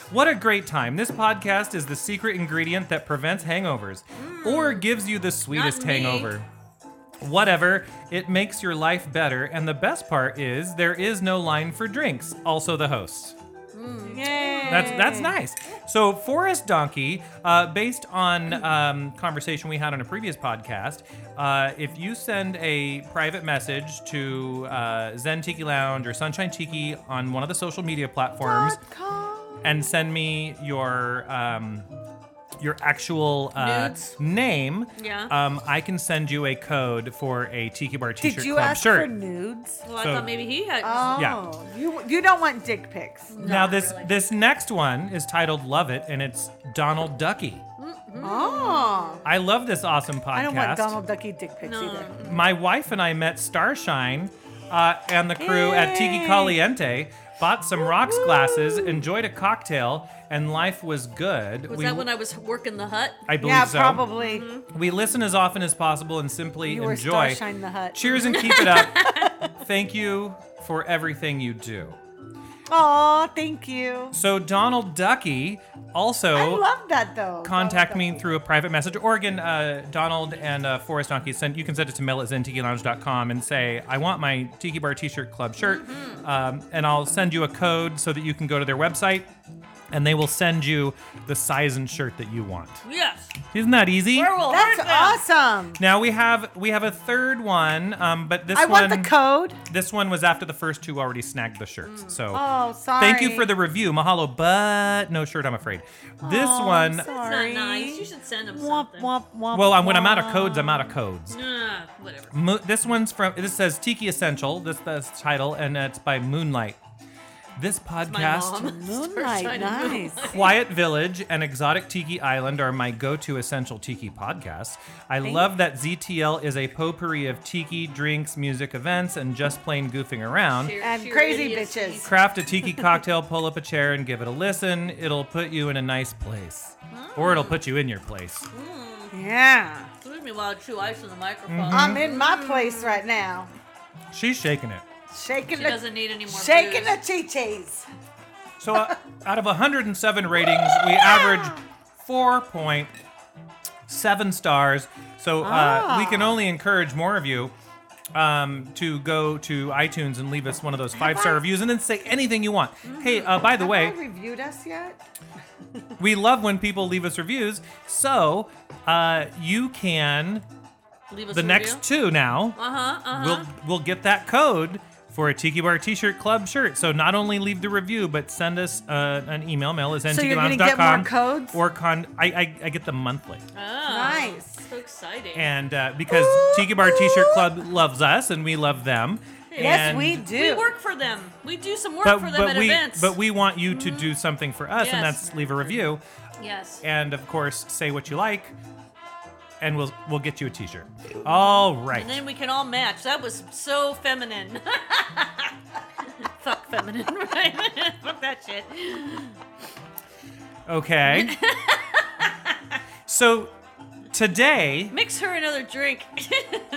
What a great time. This podcast is the secret ingredient that prevents hangovers or gives you the sweetest
Mm. Not me.
hangover. Whatever, it makes your life better and the best part is there is no line for drinks. Also the host. That's that's nice. So Forest Donkey, uh, based on um, conversation we had on a previous podcast, uh, if you send a private message to uh, Zen Tiki Lounge or Sunshine Tiki on one of the social media platforms, and send me your um, your actual uh,
Nudes?
name,
Yeah.
um, I can send you a code for a Tiki Bar T-shirt
Did you
club
ask
shirt.
for nudes?
Well, I
So-
thought maybe he had.
Oh,
Yeah.
you you don't want dick pics.
now this this next one is titled "Love It" and it's Donald Ducky.
Mm-hmm.
Oh,
I love this awesome podcast.
I don't want Donald Ducky dick pics
No.
either.
My wife and I met Starshine uh, and the crew at Tiki
Yay.
Caliente, bought some rocks glasses, enjoyed a cocktail, and life was good.
was that when I was working the hut?
I believe
Yeah,
so.
probably.
Mm-hmm.
We listen as often as possible and simply
You were
enjoy.
Starshine the Hut.
Cheers and keep it
[LAUGHS]
up. Thank you for everything you do.
Oh, thank you.
So Donald Ducky also
I love that though.
contact
Donald
me through a private message. Or again, uh, Donald and uh, Forrest Donkey, send, you can send it to mail at zentikilounge.com and say, I want my Tiki Bar t shirt club shirt.
Mm-hmm.
Um, and I'll send you a code so that you can go to their website and they will send you the size and shirt that you want.
Yes.
Isn't that easy?
Where will
Ducky.
hurt them?
That's awesome.
Now we have we have a third one, um, but this
I
one
want the code.
this one was after the first two already snagged the shirts. So
Oh, sorry.
thank you for the review, Mahalo. But no shirt, I'm afraid. This
Oh, I'm
one,
sorry.
That's not nice. You should send him
Womp,
something.
womp, womp,
well, I'm, when I'm out of
womp.
codes, I'm out of codes.
Ah, whatever.
Mo- this one's from. This says Tiki Essential. This that's the title, and it's by Moonlight. This
My
podcast,
mom. [LAUGHS]
Moonlight,
Starshine and
nice.
Moonlight.
Quiet Village, and Exotic Tiki Island are my go-to essential Tiki podcasts. I love that ZTL is a potpourri of Tiki drinks, music, events, and just plain goofing around.
Sheer-
And
sheer
crazy
idiocy.
bitches.
Craft a
[LAUGHS]
tiki cocktail, pull up a chair, and give it a listen. It'll put you in a nice place, or it'll put you in your place.
Yeah.
Excuse me while I chew ice in
Mm-hmm.
the microphone.
I'm in my place right now.
She's shaking it.
Shaking
She
the
doesn't need any more
shaking
booze.
the chi-chis.
So, uh, out of 107 ratings, we average 4.7 stars. So, uh, we can only encourage more of you um, to go to iTunes and leave us one of those five star reviews and then say anything you want. Hey, uh, by the way,
Have I reviewed us yet?
we love when people leave us reviews. So, uh, you can,
Leave us
the
a
next two now,
Uh huh. Uh huh.
we'll,
Uh-huh.
we'll get that code for a Tiki Bar T-shirt Club shirt. So not only leave the review, but send us uh, an email. Mail is
So you're gonna get more
ntikilounge.com,
codes?
Or con, I, I, I get them monthly.
Nice.
Uh,
So exciting.
And uh, because Tiki Bar T-shirt Club loves us and we love them.
Yes,
And-
we do.
we work for them. We do some work
But,
for them
but
at
we
events.
but we want you to
Mm-hmm.
do something for us, and
Yes.
that's leave a review,
yes.
and of course say what you like, and we'll we'll get you a T-shirt. All right.
And then we can all match. That was so feminine. [LAUGHS] Fuck feminine, [LAUGHS] right? Fuck that shit.
[LAUGHS]
Okay. so today
Mix her another drink. [LAUGHS]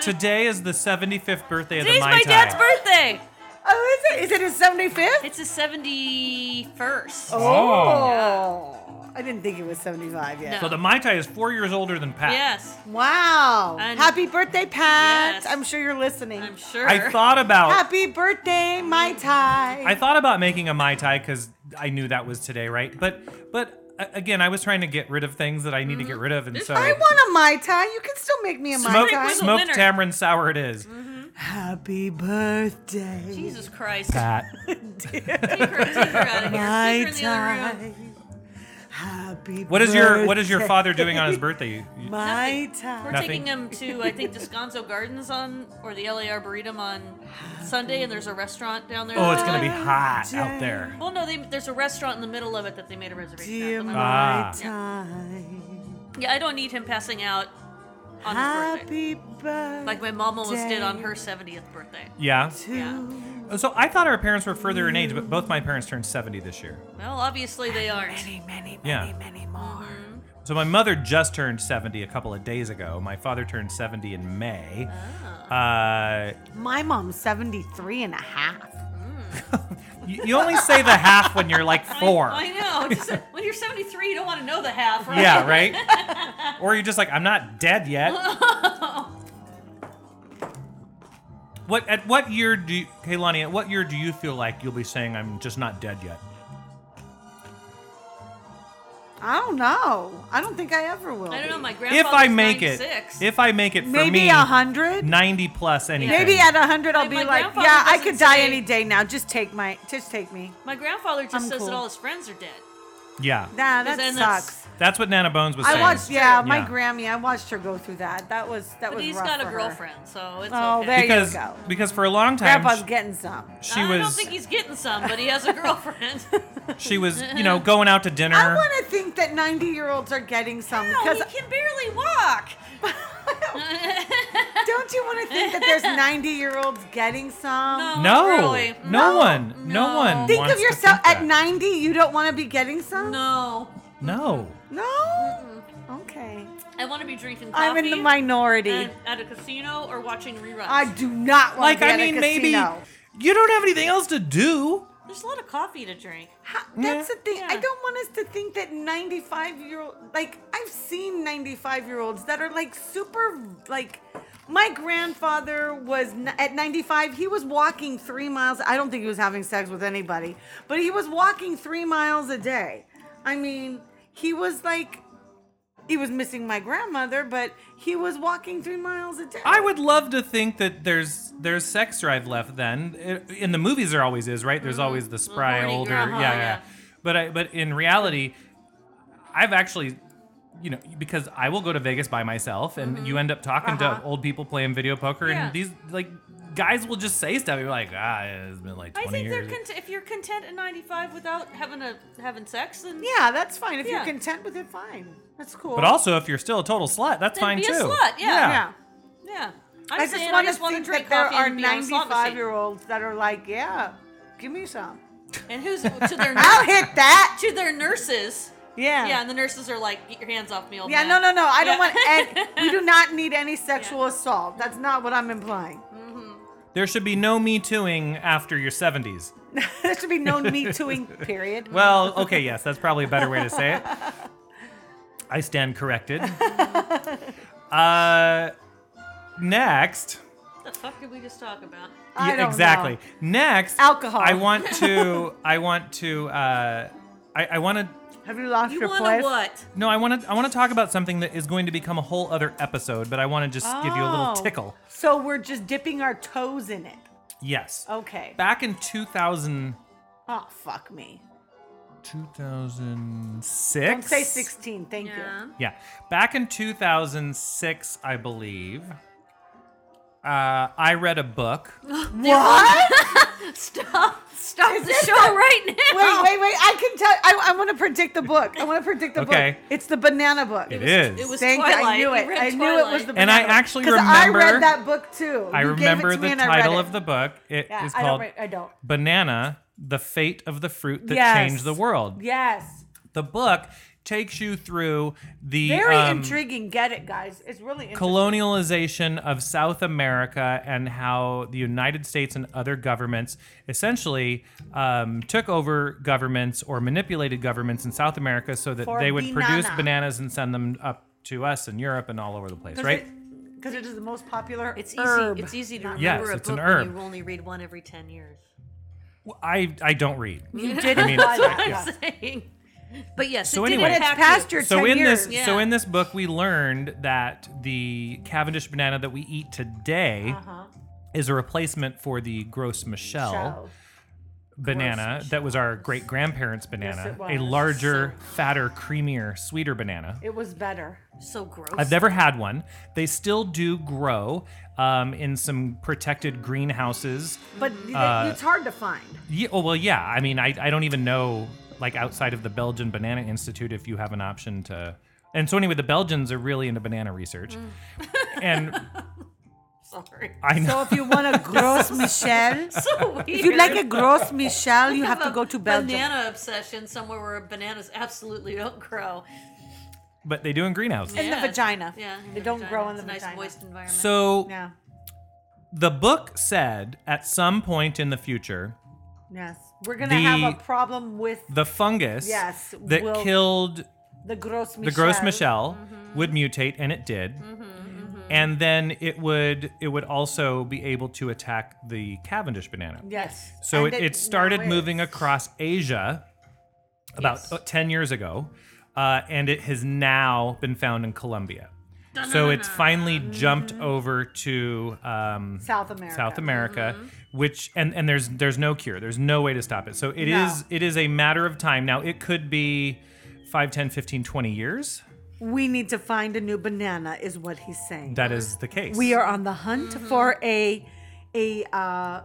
Today's
Today is the 75th birthday of the Mai
my
Tai.
dad's birthday.
Oh, is it? Is it his 75th?
It's his 71st.
Oh. I didn't think it was 75 yet.
So the Mai Tai is four years older than Pat.
Yes,
Wow.
And-
Happy birthday, Pat.
Yes.
I'm sure you're listening.
I'm sure.
I thought about
Happy birthday, my tie.
I thought about making a Mai Tai because I knew that was today, right? But but a- again, I was trying to get rid of things that I need to get rid of, and so
I want a Mai Tai. You can still make me a Mai
smoked
Tai.
was a
smoked
winner.
tamarind sour it is.
Happy birthday.
Jesus Christ.
Pat.
Take her, take her out of here.
My
Take her in the other
tie.
room.
Happy
What is your what is your
birthday,
father doing on his birthday? You- you-
My
We're
tie.
Nothing.
taking him to, I think, Descanso Gardens on, or the LA Arboretum on Sunday, and there's a restaurant down there.
Oh,
that
it's
they
gonna be
like.
hot out there.
Well, no, they, there's a restaurant in the middle of it that they made a
Dear
reservation. at.
Ah.
my tie.
Uh.
yeah, I don't need him passing out on his birthday.
Happy birthday.
Like my mom almost did on her 70th birthday.
Yeah.
to
Yeah.
So I thought our parents were further in age, but both my parents turned 70 this year.
Well, obviously they aren't.
Many, many,
Yeah.
many, many more.
So my mother just turned 70 a couple of days ago. My father turned 70 in May. Uh,
Oh. Mm-hmm.
My mom's 73 and a half.
you, you only say the half when you're like four.
[LAUGHS] I, I know. Just, when you're 73, you don't want to know the half, right?
Yeah, right? Or you're just like, I'm not dead
[LAUGHS]
yet. What at what year do you, Kaylani, at what year do you feel like you'll be saying I'm just not dead yet?
I don't know. I don't think I ever will.
I don't know. My
If
grandfather.
I make it,
If
if I make it for
Maybe
me,
a hundred.
ninety plus anything.
Maybe at a hundred, I'll
Like,
be
my
like,
grandfather
yeah, I
doesn't
could die
say-
any day now. Just take my, just take me.
my grandfather just
I'm
says
cool.
that all his friends are dead.
yeah.
Nah, that
then that's-
sucks.
That's what Nana Bones was
I
saying.
watched, yeah, my
Yeah.
Grammy. I watched her go through that. That was that
But
was.
he's
rough
got a
for her.
girlfriend, so it's
Oh,
okay.
there you
because
go.
because for a long time
Grandpa's getting some.
sh- she
I
was
don't think he's getting some, but he has
[LAUGHS]
a girlfriend.
she was you know going out to dinner.
I want to think that ninety-year-olds are getting some
no,
because
he can barely walk. [LAUGHS]
don't you want to think that there's ninety-year-olds getting some?
No,
no,
really.
no,
No,
one, no,
no.
one.
Think
wants
of
to
yourself
think
at
that.
ninety. You don't want to be getting some.
No,
No,
No? Okay.
I want to be drinking coffee.
I'm in the minority.
and at a casino or watching reruns.
I do not want
like
to be
I
at
mean
a
maybe
casino.
you don't have anything else to do.
There's a lot of coffee to drink.
Ha- That's
Yeah.
the thing. I
Yeah.
don't want us to think that 95 year old, like, I've seen 95 year olds that are like super, like, my grandfather was n- at 95. He was walking three miles. I don't think he was having sex with anybody, but he was walking three miles a day. I mean, he was like, he was missing my grandmother, but he was walking three miles a day.
I would love to think that there's there's sex drive left then. I- In the movies there always is, right? There's always the spry
Mm-hmm. horny
older,
grandma,
yeah, yeah.
yeah.
But I but in reality, I've actually you know, because I will go to Vegas by myself and you end up talking
Uh-huh.
to old people playing video poker
Mm-hmm. Yeah.
and these like guys will just say stuff. You're like, ah, it's been like
I
twenty
think they're
years.
cont- if you're content at 95 without having a having sex, then
Yeah, that's fine. If
Yeah.
you're content with it, fine. That's cool.
but also if you're still a total slut, that's
Then
fine
be a
too.
slut, yeah.
yeah.
yeah. I'm
I just
saying
want
I
to
just want to
think
drink
that there
coffee
are
and be on a slot
95
machine.
year olds that are like, yeah, give me
[LAUGHS]
some.
And who's to
[LAUGHS]
their
I'll hit that.
to their nurses?
Yeah.
Yeah, and the nurses are like, "Get your hands off me, old
Yeah, no,
man."
no, no. I don't
Yeah.
want any,
[LAUGHS]
we do not need any sexual assault. That's not what I'm implying.
Mm.
There should be no me tooing after your seventies.
[LAUGHS] there should be no me tooing, period.
Well, okay, yes, that's probably a better way to say it. I stand
[LAUGHS]
corrected. Uh, next,
What the fuck did we just talk about?
I
yeah,
don't
exactly.
know.
Next,
Alcohol.
I
[LAUGHS]
want to. I want to. Uh, I, I want to.
Have you lost
You
your
want
place?
to what?
No, I want to. I want to talk about something that is going to become a whole other episode, but I want to just give you a little
Oh.
tickle.
So we're just dipping our toes in it.
Yes.
Okay.
Back in 2000,
Oh, fuck me.
2006.
Don't say 16. Thank
Yeah.
you.
Yeah. Back in 2006, I believe, uh, I read a book. [LAUGHS]
What?
Stop! Stop
Is
the
this
show
a-
right now.
wait, wait, wait. I can tell. I, I want to predict the book. I want to predict the
Okay.
book. It's the banana book.
It is.
It was
Thank you.
Twilight.
I knew
You
it.
read
I knew it was
Twilight.
the.
And I
banana book.
actually
'Cause I
remember-
read that book too.
I
You
remember
gave it to me
the
and I read
title
it.
of the book. It is
Yeah, I don't.
called
Re- I don't.
Banana The Fate of the Fruit That
Yes.
Changed the World.
Yes.
The book takes you through the
Very
um,
intriguing. Get it, guys. It's really interesting.
colonialization of South America and how the United States and other governments essentially um, took over governments or manipulated governments in South America so that
For
they would produce
banana.
bananas and send them up to us in Europe and all over the place, right?
Because it is the most popular.
It's easy.
herb.
It's easy to remember
Yes,
a
it's
book
an
when
herb.
you only read one every ten years.
Well, I I don't read.
You did
mean,
imply
that's
that.
yeah.
[LAUGHS] yeah.
Saying. But yes,
So
it
anyway-
But
did
it's
impact
past
you.
your
So
10
in
years.
this
Yeah.
so in this book we learned that the Cavendish banana that we eat today
Uh-huh.
is a replacement for the Gros Michel.
Shell.
banana that was our great grandparents' banana,
it
a
was.
larger, fatter, creamier, sweeter banana.
It was better.
So gross.
I've never had one. They still do grow um, in some protected greenhouses.
But th-
Uh,
it's hard to find.
Yeah, oh, well, yeah. I mean, I, I don't even know, like, outside of the Belgian Banana Institute, if you have an option to. And so, anyway, the Belgians are really into banana research. [LAUGHS] and
[LAUGHS] Sorry.
I know.
Mm. So if
[LAUGHS]
you want a
[LAUGHS]
gross Michelle,
So
[LAUGHS]
weird.
if you like a
[LAUGHS]
gross Michelle, you have
a
to go to Belgium.
Banana obsession somewhere where bananas absolutely don't grow.
but they do in greenhouses.
In the vagina.
Yeah. in
They
the
don't
vagina.
grow in
It's
the
a nice
vagina.
moist environment.
So,
Yeah.
the book said at some point in the future,
Yes. We're gonna
The-
have a problem with
the fungus
Yes,
that
will-
killed
the gross Michelle.
the gross Michelle would mutate, and it did. And then it would it would also be able to attack the Cavendish banana.
Yes.
So
And
it,
that
it started
now is.
moving across Asia about uh, ten years ago, uh, and it has now been found in Colombia. So it's finally jumped over to um,
South America.
South America, which and and there's there's no cure. There's no way to stop it. So it is
No.
it is a matter of time. Now it could be 5, 10, 15, 20 years.
We need to find a new banana, is what he's saying.
That is the case.
we are on the hunt for a a uh,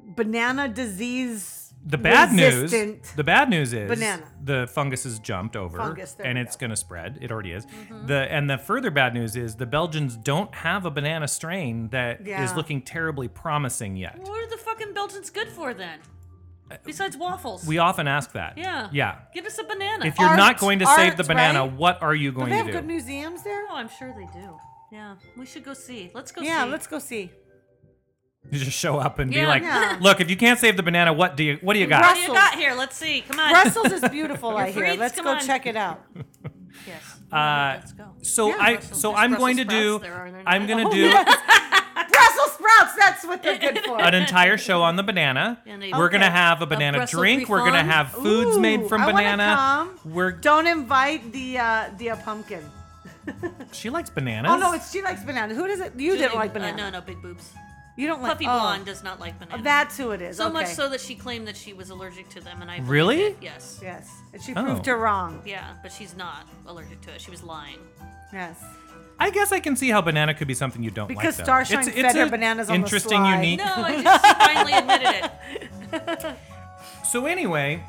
banana disease.
the bad news.
resistant
The bad news is
banana.
the fungus has jumped over
Fungus, there
and
we
it's
go. Mm-hmm.
going to spread. It already is. The and the further bad news is the Belgians don't have a banana strain that is
Yeah.
looking terribly promising yet.
What are the fucking Belgians good for then?
Uh,
Besides waffles.
We often ask that.
yeah.
Yeah.
Give us a banana.
If you're not
Art-
going to save the
art,
banana,
right?
what are you
Do
going
they have
to do?
good museums there?
oh, I'm sure they do. Yeah. We should go see. Let's go
Yeah,
see.
let's go
[LAUGHS]
see.
You [LAUGHS] just show up and be
Yeah.
like,
Yeah.
"Look, if you can't save the banana, what do you what do you got?"
What do you
Brussels.
got here? Let's see. Come on.
Brussels is
[LAUGHS]
beautiful, I hear.
Frites,
Let's
come
go
on.
check it out.
Yes.
Uh,
let's go.
So
Yeah.
I
Brussels-
so
there's
I'm
Brussels
going to do
sprouts there, aren't there?
I'm going to
[LAUGHS] Oh,
[LAUGHS] do
yes. Brussels sprouts. That's what
[LAUGHS]
they're good for.
an entire show on the banana.
And a-
We're
Okay.
gonna have a banana
Brussels
drink. We're gonna
griffon.
have foods made
Ooh,
from
I wanna
banana.
come.
We're
Don't invite the uh, the uh, pumpkin.
she likes bananas.
Oh no, it's she likes banana. Who does it? You
Julie-
didn't like
uh,
banana.
no, no, big boobs.
You don't like
Puffy
oh.
blonde does not like banana.
That's who it is.
so
okay.
much so that she claimed that she was allergic to them, and I believe
Really?
it. yes,
Yes, and she
Oh.
proved her wrong.
yeah, but she's not allergic to it. She was lying.
Yes.
I guess I can see how banana could be something you don't
Because
like. though.
Starshine
It's-
fed
it's
her
a
bananas on the
Interesting,
sly.
unique.
No, [LAUGHS] I just she finally admitted it.
So anyway,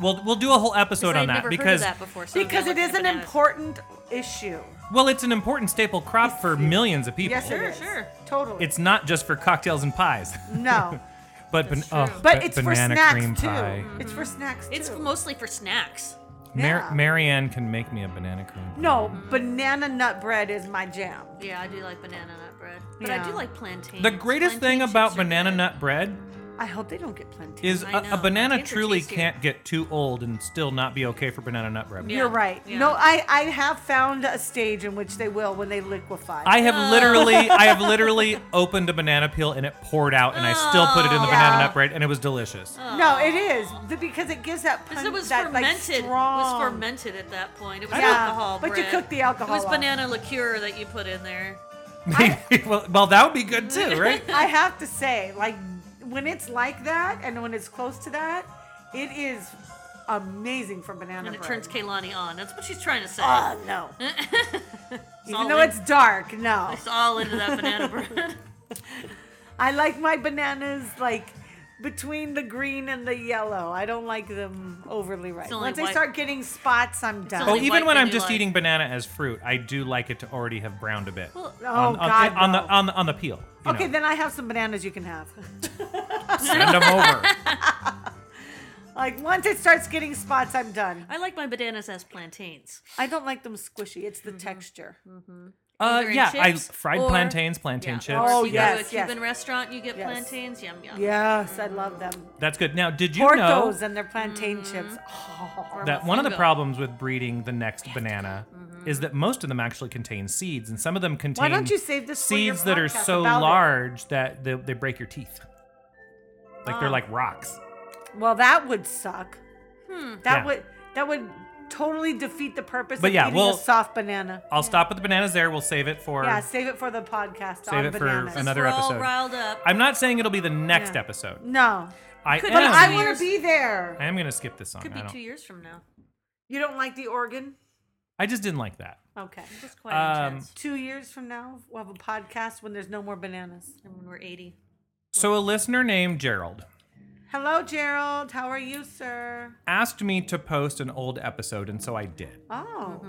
we'll we'll do a whole episode
I'd
on that
never heard
because
of that before, so I'm
Because it
allergic
is
to
an
bananas.
important issue.
well, it's an important staple crop for millions of people.
Yes,
Sure,
it is.
sure.
Totally.
It's not just for cocktails and pies, [LAUGHS]
no,
but ban-
That's true.
oh,
but
ba-
it's for
banana
snacks
cream
too.
pie.
It's for snacks too.
Mm-hmm. It's mostly for snacks.
Mar-
Yeah.
Marianne can make me a banana cream. pie.
no
Mm-hmm.
banana nut bread is my jam.
Yeah, I do like banana nut bread, but I
Yeah.
do like plantain.
The greatest thing about banana nut bread
I hope they don't get plenty.
is
I
a, a
know.
banana
Kids are
truly
tasty.
can't get too old and still not be okay for banana nut bread.
Yeah.
You're right.
yeah.
No, I I have found a stage in which they will when they liquefy.
I have
Oh.
literally, I
[LAUGHS]
have literally opened a banana peel and it poured out, and I still put it
Oh,
in the banana
Yeah.
nut bread, and it was delicious. [LAUGHS]
no, it is the- because it gives that
Because
punch.
it was
that, like,
fermented. it was
strong-
fermented at that point. It was
Yeah,
alcohol.
but you
bread.
cooked the
It was
alcohol off.
banana liqueur that you put in there.
well, well, that would be good
[LAUGHS]
too, right?
I have to say, like when it's like that and when it's close to that, it is amazing for banana
And it
bread.
turns Kaylani on. That's what she's trying to say.
Oh
[LAUGHS]
no.
all
Even though
in.
it's dark, no.
[LAUGHS] It's all into that banana bread. [LAUGHS]
I like my bananas like between the green and the yellow. I don't like them overly ripe.
only
Once I
white-
start getting spots, I'm done.
Oh,
only
even
white
when
that
I'm
you
just
like.
eating banana as fruit, I do like it to already have browned a bit.
Well,
Oh,
on, on-
God.
on the
no.
on the on the peel. you
okay,
know.
then I have some bananas you can have. [LAUGHS]
send them over. Uh,
like once it starts getting spots, I'm done.
I like my bananas as plantains.
I don't like them squishy. It's the
Mm-hmm.
texture.
Uh,
Either in
yeah, I
chips
fried
or-
plantains, plantain
Yeah.
chips.
Oh,
you go to
yes,
a
yes.
Cuban restaurant, you get
Yes.
plantains. Yum yum.
Yes, I love them.
That's good. Now, did you know
Portos and their plantain
Mm-hmm.
chips. Oh,
Or
that one of the
mofongo.
problems with breeding the next banana is that most of them actually contain seeds, and some of them contain
Mm-hmm. Why don't you save this for your
seeds that are
podcast
so
about it?
large that they, they break your teeth. Like
Oh.
they're like rocks.
Well, that would suck. That
Hmm.
Yeah.
would that would totally defeat the purpose
But
of
yeah,
eating
we'll-
a soft banana.
I'll stop with the bananas there. We'll save it for.
yeah, save it for the podcast
Save
on
it for
bananas.
another-
We're all
episode.
riled up.
I'm not saying it'll be the next
Yeah.
episode.
No,
I
Could
am.
be
but I
two
want
years.
to be there.
I am gonna skip this song.
Could
I,
be
don't-
two years from now.
You don't like the organ?
I just didn't like that.
Okay.
It's quite
Um,
intense.
Two years from now, we'll have a podcast when there's no more bananas.
And when we're 80.
So a listener named Gerald
Hello, Gerald. How are you, sir?
asked me to post an old episode, and so I did.
Oh,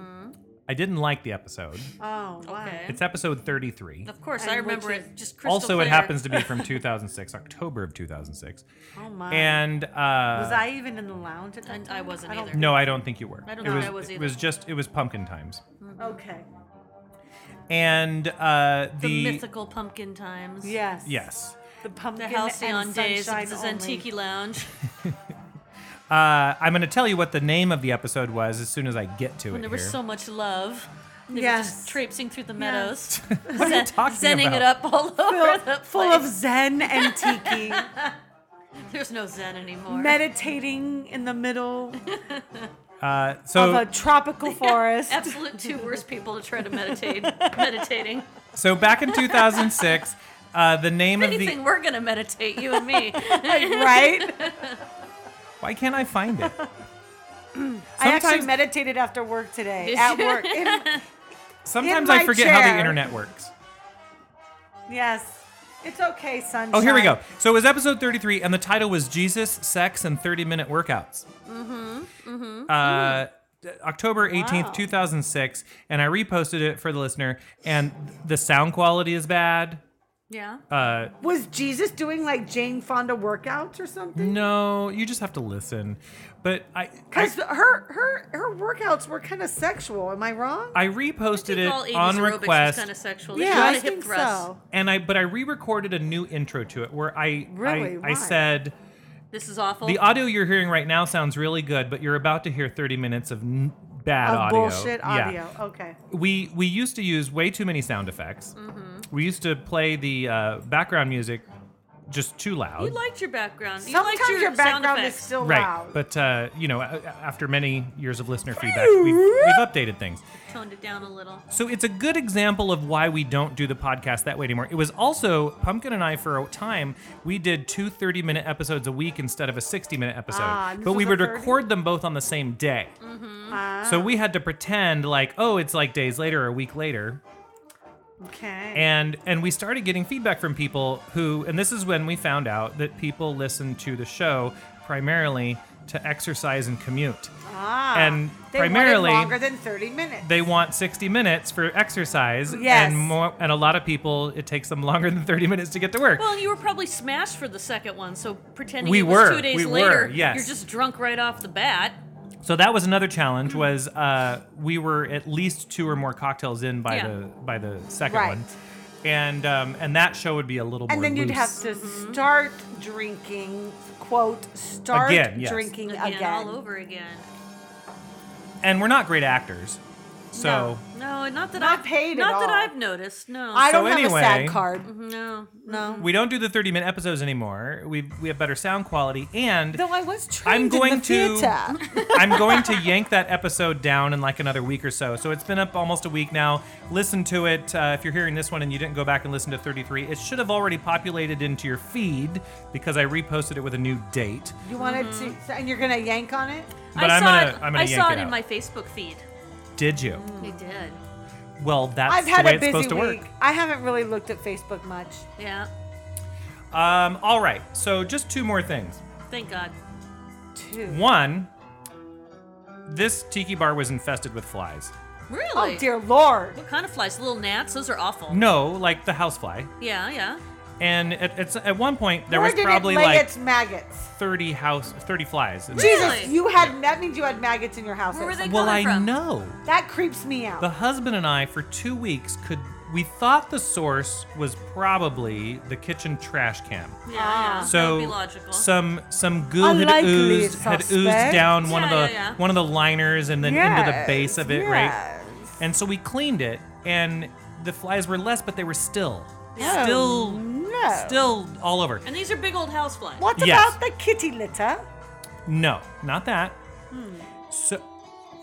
I didn't like the episode.
oh, wow.
Mm-hmm. Okay.
It's episode 33.
Of course,
And
I remember
which
it. Just crystal
also,
clear.
it happens to be
[LAUGHS]
from 2006, October of 2006.
Oh my.
And uh,
was I even in the lounge at that
And
time?
I wasn't
don't-
either.
no, I don't think you were.
I don't
it
think
was,
I was
It
either. Hmm.
was just it was pumpkin times,
Okay.
and uh, the,
the, mythical pumpkin times.
Yes.
yes,
The pumpkin
The halcyon
and
days.
sunshine
This is
only.
Antiki Lounge.
uh, I'm going to tell you what the name of the episode was as soon as I get to
When
it.
there was
here.
so much love. They were
Yes.
just traipsing through the meadows.
[LAUGHS] what are you talking
Zenning
about?
it up all [LAUGHS] over
full,
the
full of
place.
zen and tiki, [LAUGHS]
[LAUGHS] There's no zen anymore.
meditating in the middle,
Uh,
of
so
a
[LAUGHS]
tropical forest.
Absolute two worst people to try to
[LAUGHS]
meditate. meditating.
so back in 2006, uh, the name
If
of the
anything, we're gonna meditate, you
[LAUGHS]
and me. [LAUGHS]
right?
why can't I find it?
I actually
Sometimes-
meditated after work today.
Did
At
you? [LAUGHS]
work. In-
Sometimes
In
I
my
forget how the
chair.
internet works.
yes. It's okay, sunshine.
Oh, here we go. So it was episode 33, and the title was Jesus, Sex, and 30 Minute Workouts. Mm-hmm. Mm-hmm. Uh, d- October 18th,
Wow.
2006, and I reposted it for the listener, and the sound quality is bad.
yeah.
Uh,
Was Jesus doing like Jane Fonda workouts or something?
no, you just have to listen. But I, I,
Because her her her workouts were kind of sexual. Am I wrong?
I
I
reposted
think all 80s
it on
aerobics
request,
was kind of sexual.
yeah,
Yeah,
I
a hip
think
thrust.
so.
and I, but I re-recorded a new intro to it where I,
Really?
I,
Why?
I said.
This is awful.
The audio you're hearing right now sounds really good, but you're about to hear 30 minutes of n- bad
Of
audio.
Oh, bullshit audio.
Yeah.
Okay.
We we used to use way too many sound effects.
Mm-hmm.
We used to play the uh, background music just too loud.
you liked your background. You
Sometimes
liked your,
your,
sound
background is
effects.
still
right,
loud.
but uh, you know, a- a- after many years of listener feedback, we've, we've updated things.
Toned it down a little.
So it's a good example of why we don't do the podcast that way anymore. It was also Pumpkin and I for a time we did two 30 minute episodes a week instead of a 60 minute episode.
Ah, and this
but we
was a
would
30?
record them both on the same day.
Ah,
So we had to pretend like, oh, it's like days later or a week later.
okay.
And and we started getting feedback from people who and this is when we found out that people listen to the show primarily to exercise and commute.
ah,
and
they wanted
primarily-
longer than thirty minutes.
They want 60 minutes for exercise
Yes.
and more and a lot of people it takes them longer than 30 minutes to get to work.
Well, you were probably smashed for the second one, so pretending
We
it
were,
was two days
we were,
later,
yes.
you're just drunk right off the bat.
So that was another challenge
Mm-hmm.
was uh, we were at least two or more cocktails in by
Yeah.
the by the second
Right.
one. And um, and that show would be a little
and
more
then you'd
loose.
have to start drinking, quote, start
Again, yes.
drinking
Again,
again.
all over again.
and we're not great actors. So
no, no, not that
Not
I've
paid at
not that
all.
I've noticed. No,
I
So
don't have a sad
anyway-
card.
Mm-hmm. no,
No.
we don't do the 30 minute episodes anymore. We we have better sound quality and
Though I was trained
I'm
in
going
the
to
theater.
[LAUGHS] I'm going to yank that episode down in like another week or so. So it's been up almost a week now. Listen to it uh, if you're hearing this one and you didn't go back and listen to 33. It should have already populated into your feed because I reposted it with a new date.
You wanted
Mm-hmm.
to, and you're gonna yank on it.
But
I
I'm
saw
gonna-
it.
I'm gonna
I
yank
saw
it
it, in
out.
my Facebook feed. Hmm.
Did you?
You did.
Well, that's
I've had
the way
a
it's
busy
supposed to
week.
work.
I haven't really looked at Facebook much.
Yeah.
Um, all right. So just two more things.
Thank God.
Too.
One, this tiki bar was infested with flies.
Really?
Oh dear lord.
What kind of flies? Little gnats? Those are awful.
No, like the housefly.
Yeah, yeah.
And at, at, at one point, there
Where
was
did
probably
it lay
like
its maggots?
30 house, 30 flies. in the-
Really?
Jesus, you had that means you had maggots in your house.
Where were they
Well,
coming
I
from?
know.
That creeps me out.
The husband and I, for two weeks, could. We thought the source was probably the kitchen trash can.
Yeah, yeah. that
So
would be logical.
some some goo had
Unlikely
oozed had oozed
suspect.
down one of
Yeah,
the
yeah, yeah.
one of the liners and then into the base of it, right?
Yes.
And so we cleaned it, and the flies were less, but they were still,
Oh,
still,
no.
still all over.
and these are big old houseflies.
What
Yes.
about the kitty litter?
No, not that. So,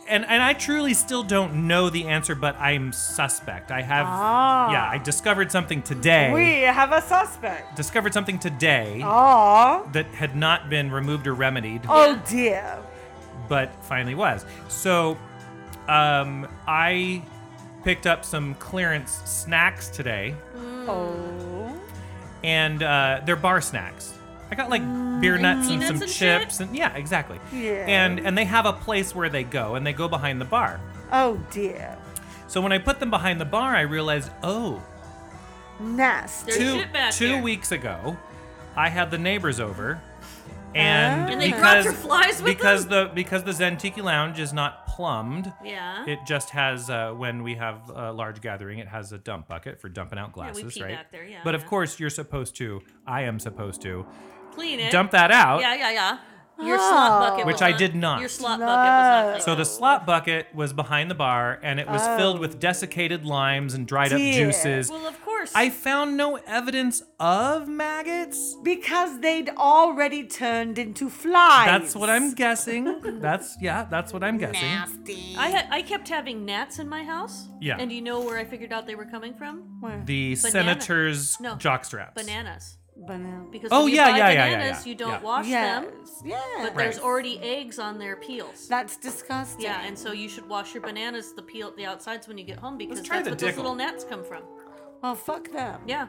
and and I truly still don't know the answer, but I'm suspect. I have,
Ah.
yeah, I discovered something today.
We have a suspect.
discovered something today
Aw.
that had not been removed or remedied,
Oh dear.
but finally was. So, um, I picked up some clearance snacks today,
Oh.
and uh, they're bar snacks. I got like beer nuts and,
peanuts
some
and shit?
chips, and yeah, exactly.
Yeah.
And and they have a place where they go, and they go behind the bar.
Oh dear.
So when I put them behind the bar, I realized, oh,
Nasty.
There's
two,
shit back
two
there.
weeks ago, I had the neighbors over, and,
Oh.
And they brought
because
your flies with
because the because the Zen Tiki Lounge is not plumbed,
Yeah.
it just has uh, when we have a large gathering, it has a dump bucket for dumping out
we
glasses,
pee
right?
back there, yeah,
but of
yeah.
course, you're supposed to. I am supposed to
Clean it.
dump that out.
Yeah, yeah, yeah. Your
Oh.
slot bucket.
Which
was
I
not-
did not.
Your slot bucket was not.
No.
So the slop
Oh.
bucket was behind the bar, and it was filled with desiccated limes and dried up
Dear.
juices.
Well, of course. course.
I found no evidence of maggots.
Because they'd already turned into flies.
That's what I'm
[LAUGHS]
guessing. That's yeah, that's what I'm guessing.
Nasty.
I, ha- I kept having gnats in my house.
Yeah.
And do you know where I figured out they were coming from?
The
Banana-
senator's
No.
jockstraps.
Bananas.
Banana.
Because
Oh,
when you
yeah,
buy
yeah, yeah, yeah,
bananas,
yeah.
you don't
Yeah.
wash
Yes.
them,
Yeah.
but there's already eggs on their peels.
That's disgusting.
yeah, and so you should wash your bananas, the peel, the outsides when you get home because
try
that's
the
what those
dickle.
little gnats come from.
well, Oh, fuck them.
Yeah.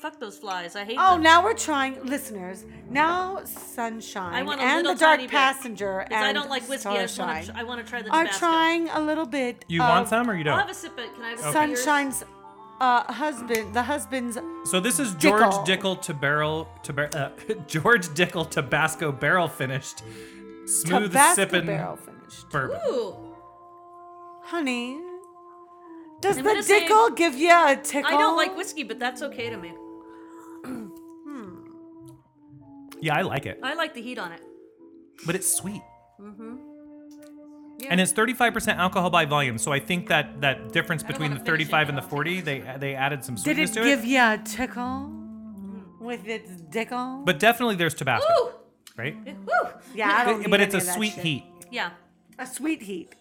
Fuck those flies. I hate
Oh,
them.
now we're trying, listeners. Now, sunshine
I want a
and
little
the dark
tiny bit,
passenger and
Because I don't like whiskey. I just want to.
Starshine
I want to try the
are
Tabasco.
trying a little bit.
You
of
want some or you
Oh, I'll
don't?
have a sip. But can I have a sip? of yours?
Sunshine's uh, husband, the husband's
So this is George
Dickel.
Dickel to barrel to bar- uh, [LAUGHS] George Dickel Tabasco barrel finished smooth
Tabasco
sipping
barrel finished.
bourbon.
Ooh.
Honey, does
I'm
the
gonna say-
dickle give you a tickle?
I don't like whiskey, but that's okay to me.
Yeah, I like it,
I like the heat on it.
but it's sweet.
Mm-hmm. Yeah.
And it's 35% alcohol by volume, so I think that that difference
don't
between the
wanna finish it
35 and the
now.
40, they they added some
Did
sweetness
it
to
give
it.
you a tickle with its dickle?
But definitely there's Tabasco,
Ooh.
right?
Woo.
yeah, I don't
But-
need
but it's
any
a
of that
sweet
shit.
heat.
Yeah.
A sweet heat.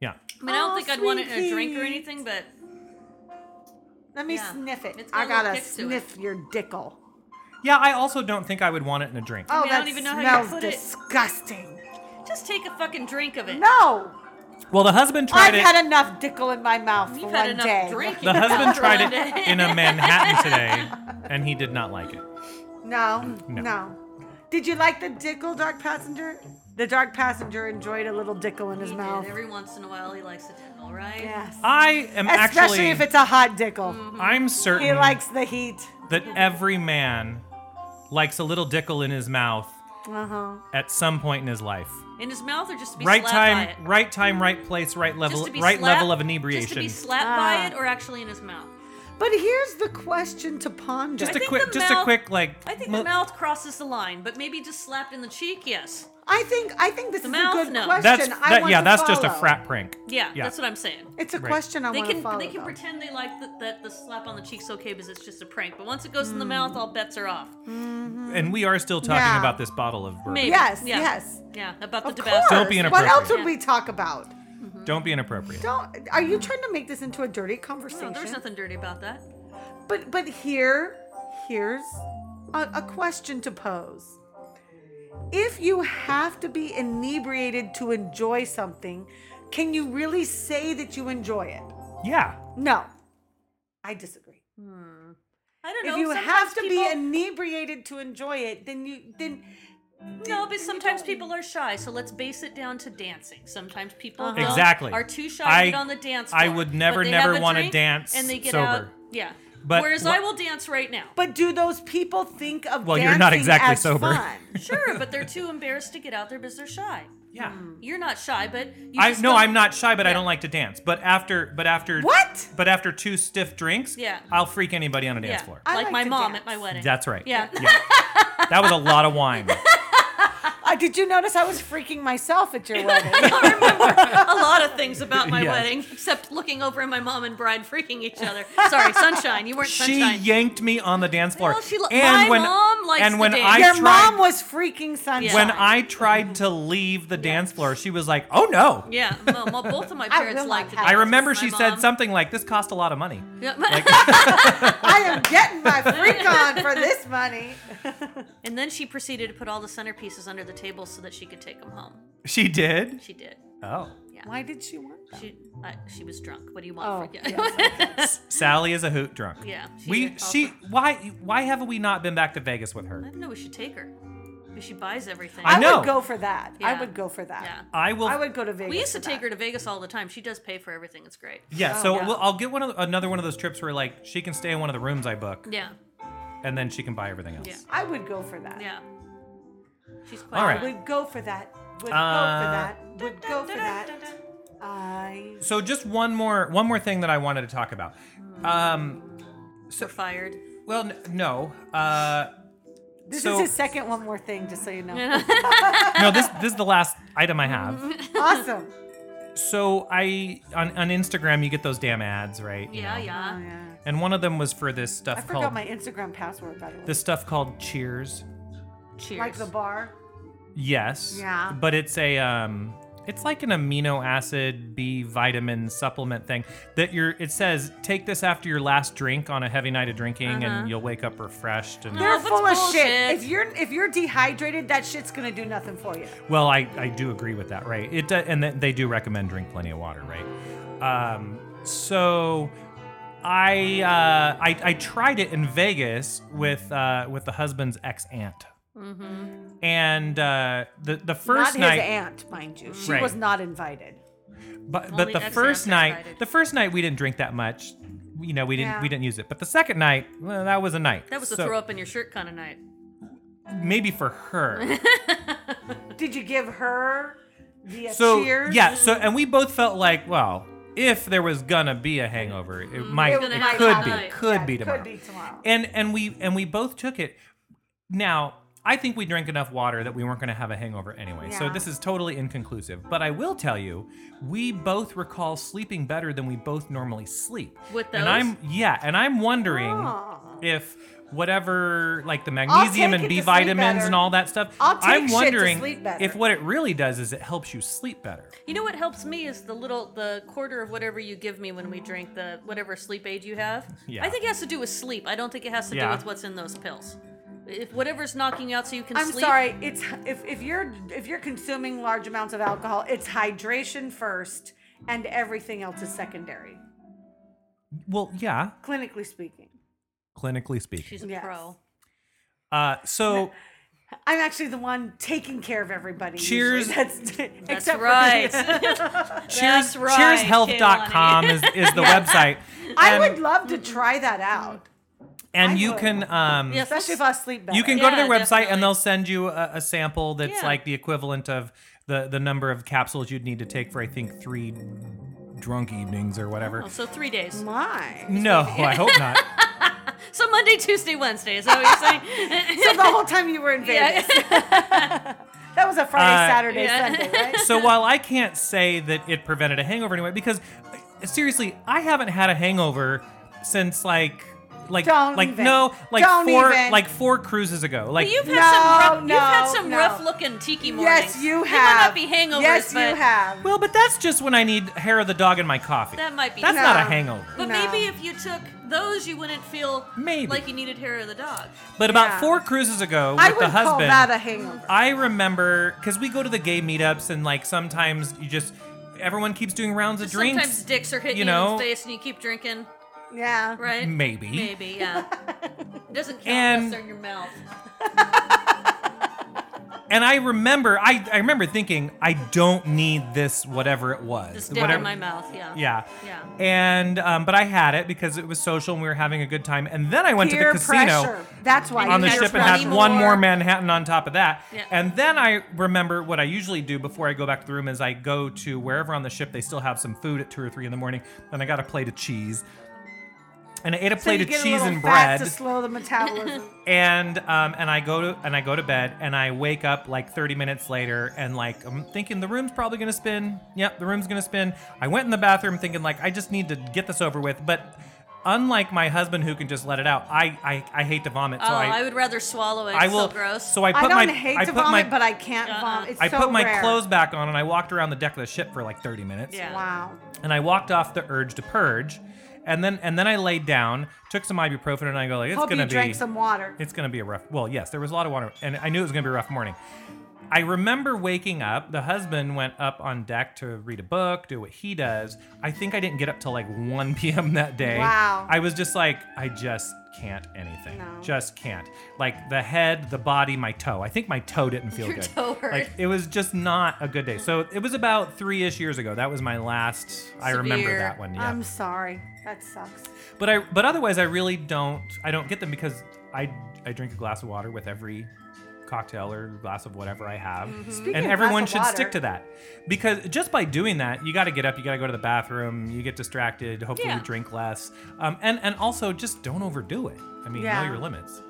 Yeah.
I mean, I don't
Oh,
think I'd want it in a drink or
sweet.
anything, but
Let me
Yeah.
sniff it.
It's got
I
a little
gotta
kick to it.
sniff your dickle.
Yeah, I also don't think I would want it in a drink.
Oh,
mean, I
that
don't even know how you
smells
put it.
disgusting.
just take a fucking drink of it.
No,
Well, the husband
I've
tried it.
had enough dickle in my mouth for
You've
one
had enough
day.
drinking. [LAUGHS]
the husband tried
[LAUGHS]
it in a Manhattan today, and he did not like it.
No, no,
No.
Did you like the dickle, dark passenger? The dark passenger enjoyed a little dickle in his
He
mouth.
did. Every once in a while, he likes a tickle, right?
yes,
I am
especially
actually.
if it's a hot dickle.
Mm-hmm.
I'm certain.
He likes the heat.
that every man likes a little dickle in his mouth
Uh huh.
at some point in his life.
In his mouth or just Uh-huh. to be
right
slapped by it?
time, right time, right place, right level,
Just to be
right
slapped-
level of
Just to
inebriation.
be slapped
Ah.
by it or actually in his mouth?
But here's the question to ponder.
just
I
a
think
quick,
the
just a
mouth-
quick like.
I think
mo-
the mouth crosses the line, but maybe just slapped in the cheek, yes.
I think I think this
The
is
mouth,
a good
no.
question.
That's
I
that,
want
yeah.
to
That's just a
follow.
frat prank.
Yeah,
Yeah.
that's what I'm saying.
It's a
Right.
question I
They
want to
can
follow.
they can
though.
pretend they like the, that the slap on the cheek's okay because it's just a prank, but once it goes in
Hmm.
the mouth, all bets are off.
And we are still talking
Yeah.
about this bottle of bourbon.
Maybe.
Yes,
yeah.
yes.
Yeah, about
Of
the Tabasco.
Don't be
course. What
inappropriate.
else would
Yeah.
we talk about?
Don't be inappropriate.
Don't. Are you trying to make this into a dirty conversation?
No, there's nothing dirty about that.
But but here, here's a, a question to pose. If you have to be inebriated to enjoy something, can you really say that you enjoy it?
Yeah.
No, I disagree.
I don't know.
If you
sometimes
have to
people-
be inebriated to enjoy it, then you then
No, but sometimes people are shy, so let's base it down to dancing. Sometimes people don't-
Exactly.
are too shy
I-
to get on the dance floor.
I would never,
but they
never
have a
wanna
drink,
dance
and they get
sober.
Out, yeah.
But
Whereas
wha-
I will dance
[LAUGHS]
right now.
but do those people think of
Well,
dancing
you're not exactly
as
sober. [LAUGHS]
fun?
Sure, but they're too embarrassed to get out there because they're shy.
Yeah.
You're not shy, but Mm. you
I
just
no,
don't-
I'm not shy, but I
Yeah.
don't like to dance. But after, but after
What?
But after two stiff drinks,
Yeah.
I'll freak anybody on a dance
yeah.
floor.
I
Like,
like
my
to
mom
dance.
at my wedding.
That's right.
Yeah.
That was a lot of
[LAUGHS]
wine.
Uh, did you notice I was freaking myself at
[LAUGHS]
your wedding?
I don't remember [LAUGHS] a lot
[LAUGHS]
of things about my
Yes.
wedding, except looking over at my mom and bride freaking each other. Sorry, sunshine. You weren't
She
sunshine.
yanked me on the dance floor.
Well, she lo- my mom likes
and
to
when
dance.
I
Your
tried,
mom was freaking sunshine.
when I tried to leave the dance floor, she was like, "Oh no."
yeah, well, well, both of my
I
parents
will
liked
not
it.
have
I remember
My
she
mom-
said something like, "This cost a lot of
[LAUGHS]
money."
Yeah.
I am getting my freak on for this money.
and then she proceeded to put all the centerpieces under the table so that she could take them home.
[LAUGHS] She did.
She did.
Oh.
Why did she want that?
She I, she was drunk. What do you
Oh,
want? from
yes,
Sally is a hoot drunk.
Yeah, she
we
did call
she
her.
why why haven't we not been back to Vegas with her?
[LAUGHS] I don't know. We should take her. But She buys everything.
I know.
would go for that. I
Yeah.
would go for that.
Yeah.
I will
I would go to Vegas.
We used to
for
take
that.
her to Vegas all the time. She does pay for everything. It's great.
Yeah, so
yeah.
We'll, I'll get one of the, another one of those trips where like she can stay in one of the rooms I book,
Yeah.
and then she can buy everything else.
Yeah.
I would go for that.
Yeah. She's quite
All right.
fun.
Would go for that. Would go for
Uh,
that. Would go for that. I.
So just one more one more thing that I wanted to talk about. Um,
We're fired.
well, n- no, uh,
This
So-
is his second one more thing, just so you know.
no. This this is the last item I have.
[LAUGHS] awesome.
So I on, on Instagram you get those damn ads, right? You
Yeah,
know?
yeah.
Oh, yeah.
And one of them was for this
I
stuff
forgot
called
my Instagram password by the way.
this stuff called Cheers.
Cheers.
like the bar.
Yes.
Yeah.
But it's a um it's like an amino acid B vitamin supplement thing that you're it says take this after your last drink on a heavy night of drinking
Uh-huh.
and you'll wake up refreshed and
They're
that's
full of
bullshit.
shit. If you're if you're dehydrated, that shit's gonna do nothing for you.
Well, I, I do agree with that, right? It do- and th- they do recommend drink plenty of water, right? Um, so I, uh, I I tried it in Vegas with uh, with the husband's ex aunt, and uh, the the first
Mm-hmm. not
night,
his aunt, mind you. She
Right.
was not invited.
but but
Only
the
ex-aunt's
first night,
invited.
the first night we didn't drink that much, you know, we didn't
Yeah.
we didn't use it. But the second night, well, that was a night.
that was a
So
throw up in your shirt kind of night.
Maybe for her.
[LAUGHS]
Did you give her the uh,
so
cheers?
yeah so and we both felt like well if there was gonna be a hangover it
Mm-hmm.
might
It
it
might
could
happen.
be
Yeah,
could
Yeah,
be tomorrow
Could be tomorrow.
and and we and we both took it now i think we drank enough water that we weren't gonna have a hangover anyway so
Yeah.
this is totally inconclusive but i will tell you we both recall sleeping better than we both normally sleep
With
and
those?
i'm yeah and i'm wondering
Oh.
if whatever like the magnesium
take
and
it
b
to sleep
vitamins
better.
and all that stuff
I'll take
i'm
shit to
wondering
sleep better.
if what it really does is it helps you sleep better
You know what helps me is the little the quarter of whatever you give me when we drink the whatever sleep aid you have.
Yeah.
I think it has to do with sleep. I don't think it has to
Yeah.
do with what's in those pills. If whatever's knocking you out so you can
I'm
sleep.
sorry. It's if, if you're if you're consuming large amounts of alcohol, it's hydration first, and everything else is secondary.
Well, yeah,
Clinically speaking,
clinically speaking.
She's a
Yes.
pro.
Uh, so
I'm actually the one taking care of everybody.
Cheers.
usually. [LAUGHS] That's
That's
except for-
right.
cheers,
That's right,
cheershealth.com is, is
[LAUGHS]
the website.
[LAUGHS] I
And-
would love to try that out,
and
I
you
would.
can um,
Yes.
especially if I sleep better.
you can go to
Yeah,
their website
definitely.
and they'll send you a, a sample that's
Yeah.
like the equivalent of the the number of capsules you'd need to take for I think three drunk evenings or whatever.
Oh, so three [LAUGHS] days.
My.
no, [LAUGHS] I hope
[LAUGHS]
not.
So Monday, Tuesday, Wednesday. Is that what you're saying? [LAUGHS]
So the whole time you were in Vegas, that was a Friday,
Uh,
Saturday,
Yeah.
Sunday, right?
so while I can't say that it prevented a hangover anyway, because uh, seriously, I haven't had a hangover since like like
Don't
like
even.
no like
Don't
four
even.
like four cruises ago. Like
[LAUGHS] You've
No,
had some rough, you've had
no,
some
no.
rough looking tiki mornings.
Yes, you have.
They might not be hangovers,
Yes,
but
you have.
well, but that's just when I need hair of the dog in my coffee.
That might be-
That's not a
No.
hangover.
But
No.
maybe if you took those, you wouldn't feel
Maybe.
like you needed hair of the dog.
But about
Yeah.
four cruises ago with
I would
the
call
husband,
that a hangover.
I remember because we go to the gay meetups and like sometimes you just everyone keeps doing rounds of drinks.
Sometimes dicks are hitting
you
you,
know?
in the face and you keep drinking,
Yeah.
right?
Maybe.
Maybe,
[LAUGHS]
yeah. Doesn't count
Hmm? And-
unless they're in your mouth.
And I remember, I, I remember thinking, I don't need this, whatever it was,
Just down
whatever,
in my mouth, yeah.
yeah,
Yeah.
And um, but I had it because it was social and we were having a good time. And then I went to the casino
pressure. That's why.
on the
had
ship and
plenty
had one more
more.
Manhattan on top of that.
Yeah.
And then I remember what I usually do before I go back to the room is I go to wherever on the ship they still have some food at two or three in the morning, and I got a plate of cheese. And I ate a plate of cheese and bread
to slow the metabolism.
and um, and I go to and I go to bed and I wake up like 30 minutes later and like I'm thinking the room's probably gonna spin. Yep, the room's gonna spin. I went in the bathroom thinking like I just need to get this over with, but unlike my husband who can just let it out, I I, I hate to vomit.
Oh,
so
I,
I
would rather swallow it.
I
It's
will.
So gross.
So [LAUGHS] I
I
put
don't
my
hate
I
to
put
vomit,
my
but I can't
Uh-uh.
vomit. It's
I
so
put my
rare.
clothes back on and I walked around the deck of the ship for like 30 minutes.
Yeah.
Wow.
And I walked off the urge to purge. And then and then I laid down, took some ibuprofen, and I go like it's
Hope
gonna
you
be
drank some water.
it's going to be a rough. Well, yes, there was a lot of water, and I knew it was going to be a rough morning. I remember waking up. The husband went up on deck to read a book, do what he does. I think I didn't get up till like [LAUGHS] 1 p.m. that day.
Wow.
I was just like, I just can't anything.
No.
Just can't. Like the head, the body, my toe. I think my toe didn't feel
Your
good.
toe hurt.
Like it was just not a good day. So it was about three ish years ago. That was my last. I remember
Severe. Um,
that one. Yeah.
I'm sorry. That sucks.
But I but otherwise I really don't I don't get them because I I drink a glass of water with every cocktail or glass of whatever I have.
Speaking
And
of
everyone
glass of
should
water-
stick to that. Because just by doing that, you got to get up, you got to go to the bathroom, you get distracted, hopefully
Yeah.
you drink less. Um, and and also just don't overdo it. I mean,
Yeah.
know your limits.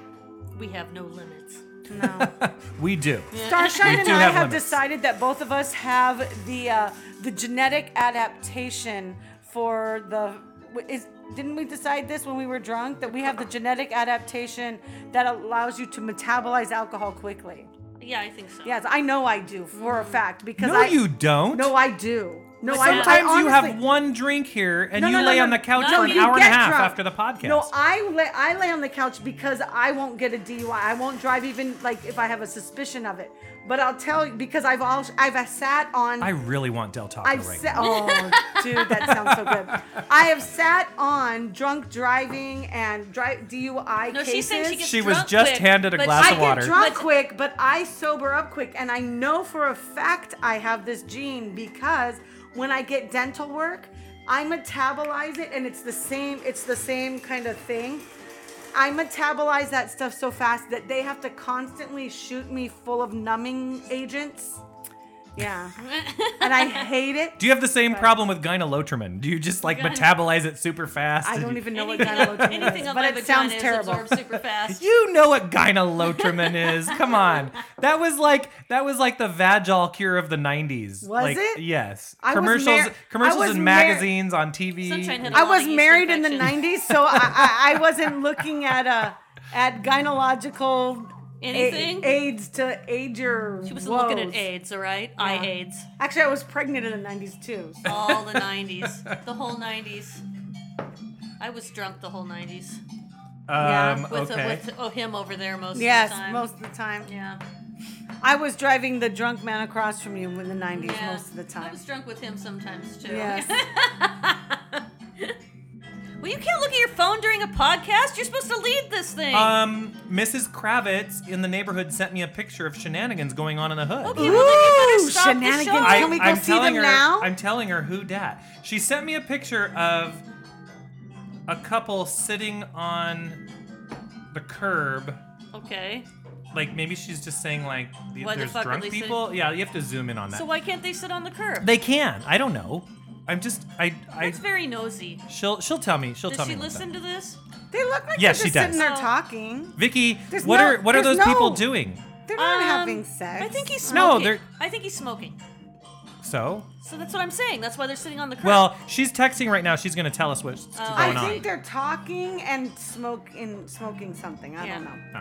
[LAUGHS]
we have no limits.
No.
We do.
Starshine
We
and
do
I
have
have
limits.
decided that both of us have the uh, the genetic adaptation for the is didn't we decide this when we were drunk that we have the
Uh-uh.
genetic adaptation that allows you to metabolize alcohol quickly?
Yeah, I think so.
Yes, I know I do for a fact because
No,
I
you don't.
no I do. No, I- I
Sometimes you have
honestly-
one drink here and
No,
you
no, no,
lay
no.
on the couch
No,
for an
you
hour and a
get
half
drunk.
after the podcast.
No, I lay I lay on the couch because I won't get a DUI. I won't drive even like if I have a suspicion of it. But I'll tell you because I've all I've sat on.
I really want Del Taco
I've
right
sat.
now.
Oh, dude, that sounds so good. I have sat on drunk driving and drive DUI
No,
cases.
she's saying she gets
She was
drunk
just
quick,
handed a
but
glass
I
of
get
water.
drunk
But-
quick, but I sober up quick, and I know for a fact I have this gene because when I get dental work, I metabolize it, and it's the same. It's the same kind of thing. I metabolize that stuff so fast that they have to constantly shoot me full of numbing agents. Yeah, and I hate it.
Do you have the same problem with gynolotrin? Do you just like
Gyn-
metabolize it super fast?
I
and
don't
you-
even know what
Anything, [LAUGHS]
kind of
on- anything on
but
my
it
vagina
sounds
is
terrible.
absorbed super
[LAUGHS]
fast.
You know what gynolotrin is. Come on. That was like that was like the Vagol cure of the 90s. Was like,
it?
Yes.
I was
commercials
mar- I
commercials
was
in
mar-
magazines on Um, TV.
Sunshine had a
I
lot of
was
yeast
married in the
infections.
'90s, so I, I, I wasn't looking at a at gynecological a-
Anything?
aids to age your.
She was looking at AIDS, all right? I AIDS.
Actually, I was pregnant in the '90s too.
All
[LAUGHS]
the 90s. The whole 90s. I was drunk the whole 90s.
Yeah,
Um,
With,
okay.
a, with oh, him over there most
Yes,
of the time.
most of the time.
Yeah.
I was driving the drunk man across from you in the '90s
yeah.
most of the
I
time.
was drunk with him sometimes, too.
Yes.
[LAUGHS] Well, you can't look at your phone during a podcast. You're supposed to lead this thing.
um, Mrs. Kravitz in the neighborhood sent me a picture of shenanigans going on in the hood.
Okay, well, then you
Ooh,
better stop
shenanigans.
The show.
I- Can we go
I'm
see
telling
them
her,
now?
I'm telling her who dat. She sent me a picture of a couple sitting on the curb.
okay.
Like maybe she's just saying like the,
Why the
there's
fuck are
drunk
they sitting-
people. Yeah, you have to zoom in on that.
So why can't they sit on the curb?
they can. I don't know. I'm just I I
That's very nosy.
she'll she'll tell me. She'll
Does
tell me.
she
what's up.
listen to this?
They look like
Yes,
they're
she
just
does.
sitting there
So-
talking.
Vicky,
There's
what
no-
are what are
there's
those people
no-
doing?
They're not
Um,
having sex.
I think he's
No,
smoking.
they're-
I think he's smoking.
So
So that's what I'm saying. That's why they're sitting on the curb.
well, she's texting right now. She's gonna tell us what's
Oh.
going
I
on.
think they're talking and smoke in smoking something. I
Yeah.
don't know.
Oh.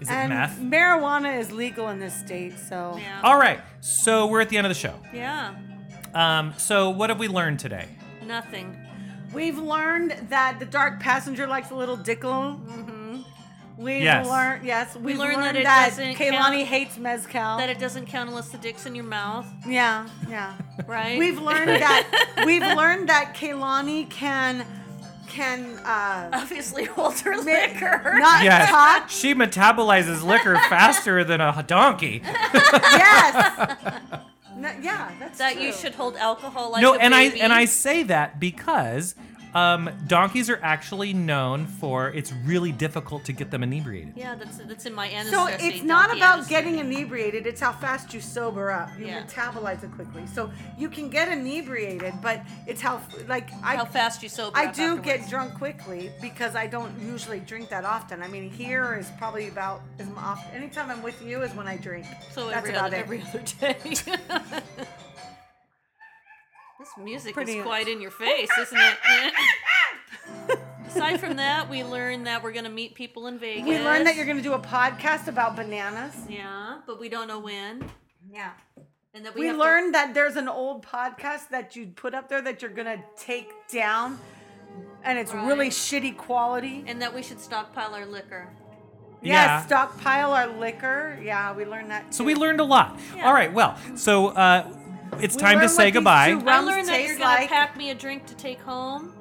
Is it
And
math?
marijuana is legal in this state, so.
yeah.
All right, so we're at the end of the show.
yeah.
Um, so what have we learned today?
Nothing.
We've learned that the dark passenger likes a little dickle. Mm-hmm. We've
Yes.
learned, yes, we've
learned
learned,
that it
that,
doesn't
Kaylani
count-
hates mezcal.
That it doesn't count unless the dick's in your mouth,
yeah, yeah.
right?
we've learned
[LAUGHS]
that we've learned that Kaylani can can
[LAUGHS]
uh,
obviously holds her
ma-
liquor.
not
Yes,
talk.
she metabolizes
[LAUGHS]
liquor faster than a donkey. [LAUGHS]
Yes. No, yeah, that's
that
true.
you should hold alcohol like
no,
a
and I
baby.
and I say that because um, donkeys are actually known for it's really difficult to get them inebriated.
Yeah, that's that's in my ancestry.
So it's not about
getting.
getting inebriated, it's how fast you sober up. You
Yeah.
metabolize it quickly. So you can get inebriated, but it's how like I
how fast you sober.
I
up
do get
afterwards.
drunk quickly because I don't usually drink that often. I mean, here is probably about as often. Anytime I'm with you is when I drink.
So
that's
every
about
other,
it.
every other day. [LAUGHS] this music
Pretty-
is quite in your face, isn't it?
[LAUGHS]
Aside from that, we learned that we're gonna meet people in Vegas.
we learned that you're going to do a podcast about bananas.
Yeah, but we don't know when.
Yeah.
And that we,
We
have
learned that there's an old podcast that you put up there that you're going to take down, and it's really
Right.
shitty quality.
to, and that we should stockpile our liquor.
Yeah, stockpile our liquor. Yeah, we learned that.
So
too.
we learned a lot.
Yeah.
All right, well, so uh, it's
We
time to
learned what
say
these
goodbye.
two
I
Rums
learned that you're
taste
gonna
like-
pack me a drink to take home.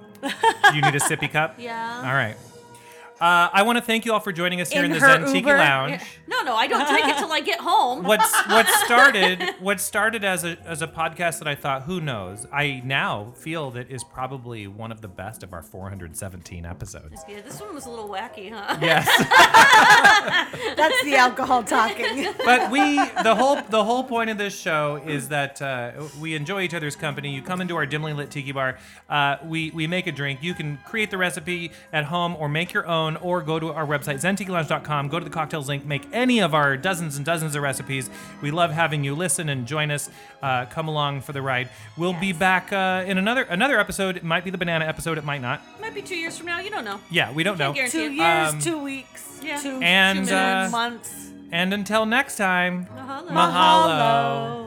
you need a sippy
[LAUGHS]
cup.
Yeah.
All right. Uh, I want to thank you all for joining us here in, the
In her
Zen Tiki
Uber?
Lounge.
No, no, I don't drink it till I get home.
what's what started what started as a as a podcast that I thought who knows I now feel that is probably one of the best of our 417 episodes.
Yeah, this one was a little wacky, huh?
Yes,
[LAUGHS] That's the
[LAUGHS]
alcohol talking.
but we the whole the whole point of this show is that uh, we enjoy each other's company. You come into our dimly lit tiki bar, uh, we we make a drink. You can create the recipe at home or make your own. phone or go to our website, zentikilounge.com. Go to the cocktails link, make any of our dozens and dozens of recipes. We love having you listen and join us. Uh, come along for the ride. We'll be back uh, in another another episode. It might be the banana episode, it might not.
Might be two years from now. You don't know.
Yeah, we don't know.
Can't guarantee
Two
it.
years,
Um,
two weeks,
Yeah.
two,
And,
two
uh,
months.
啊
And until next time,
Mahalo.
mahalo.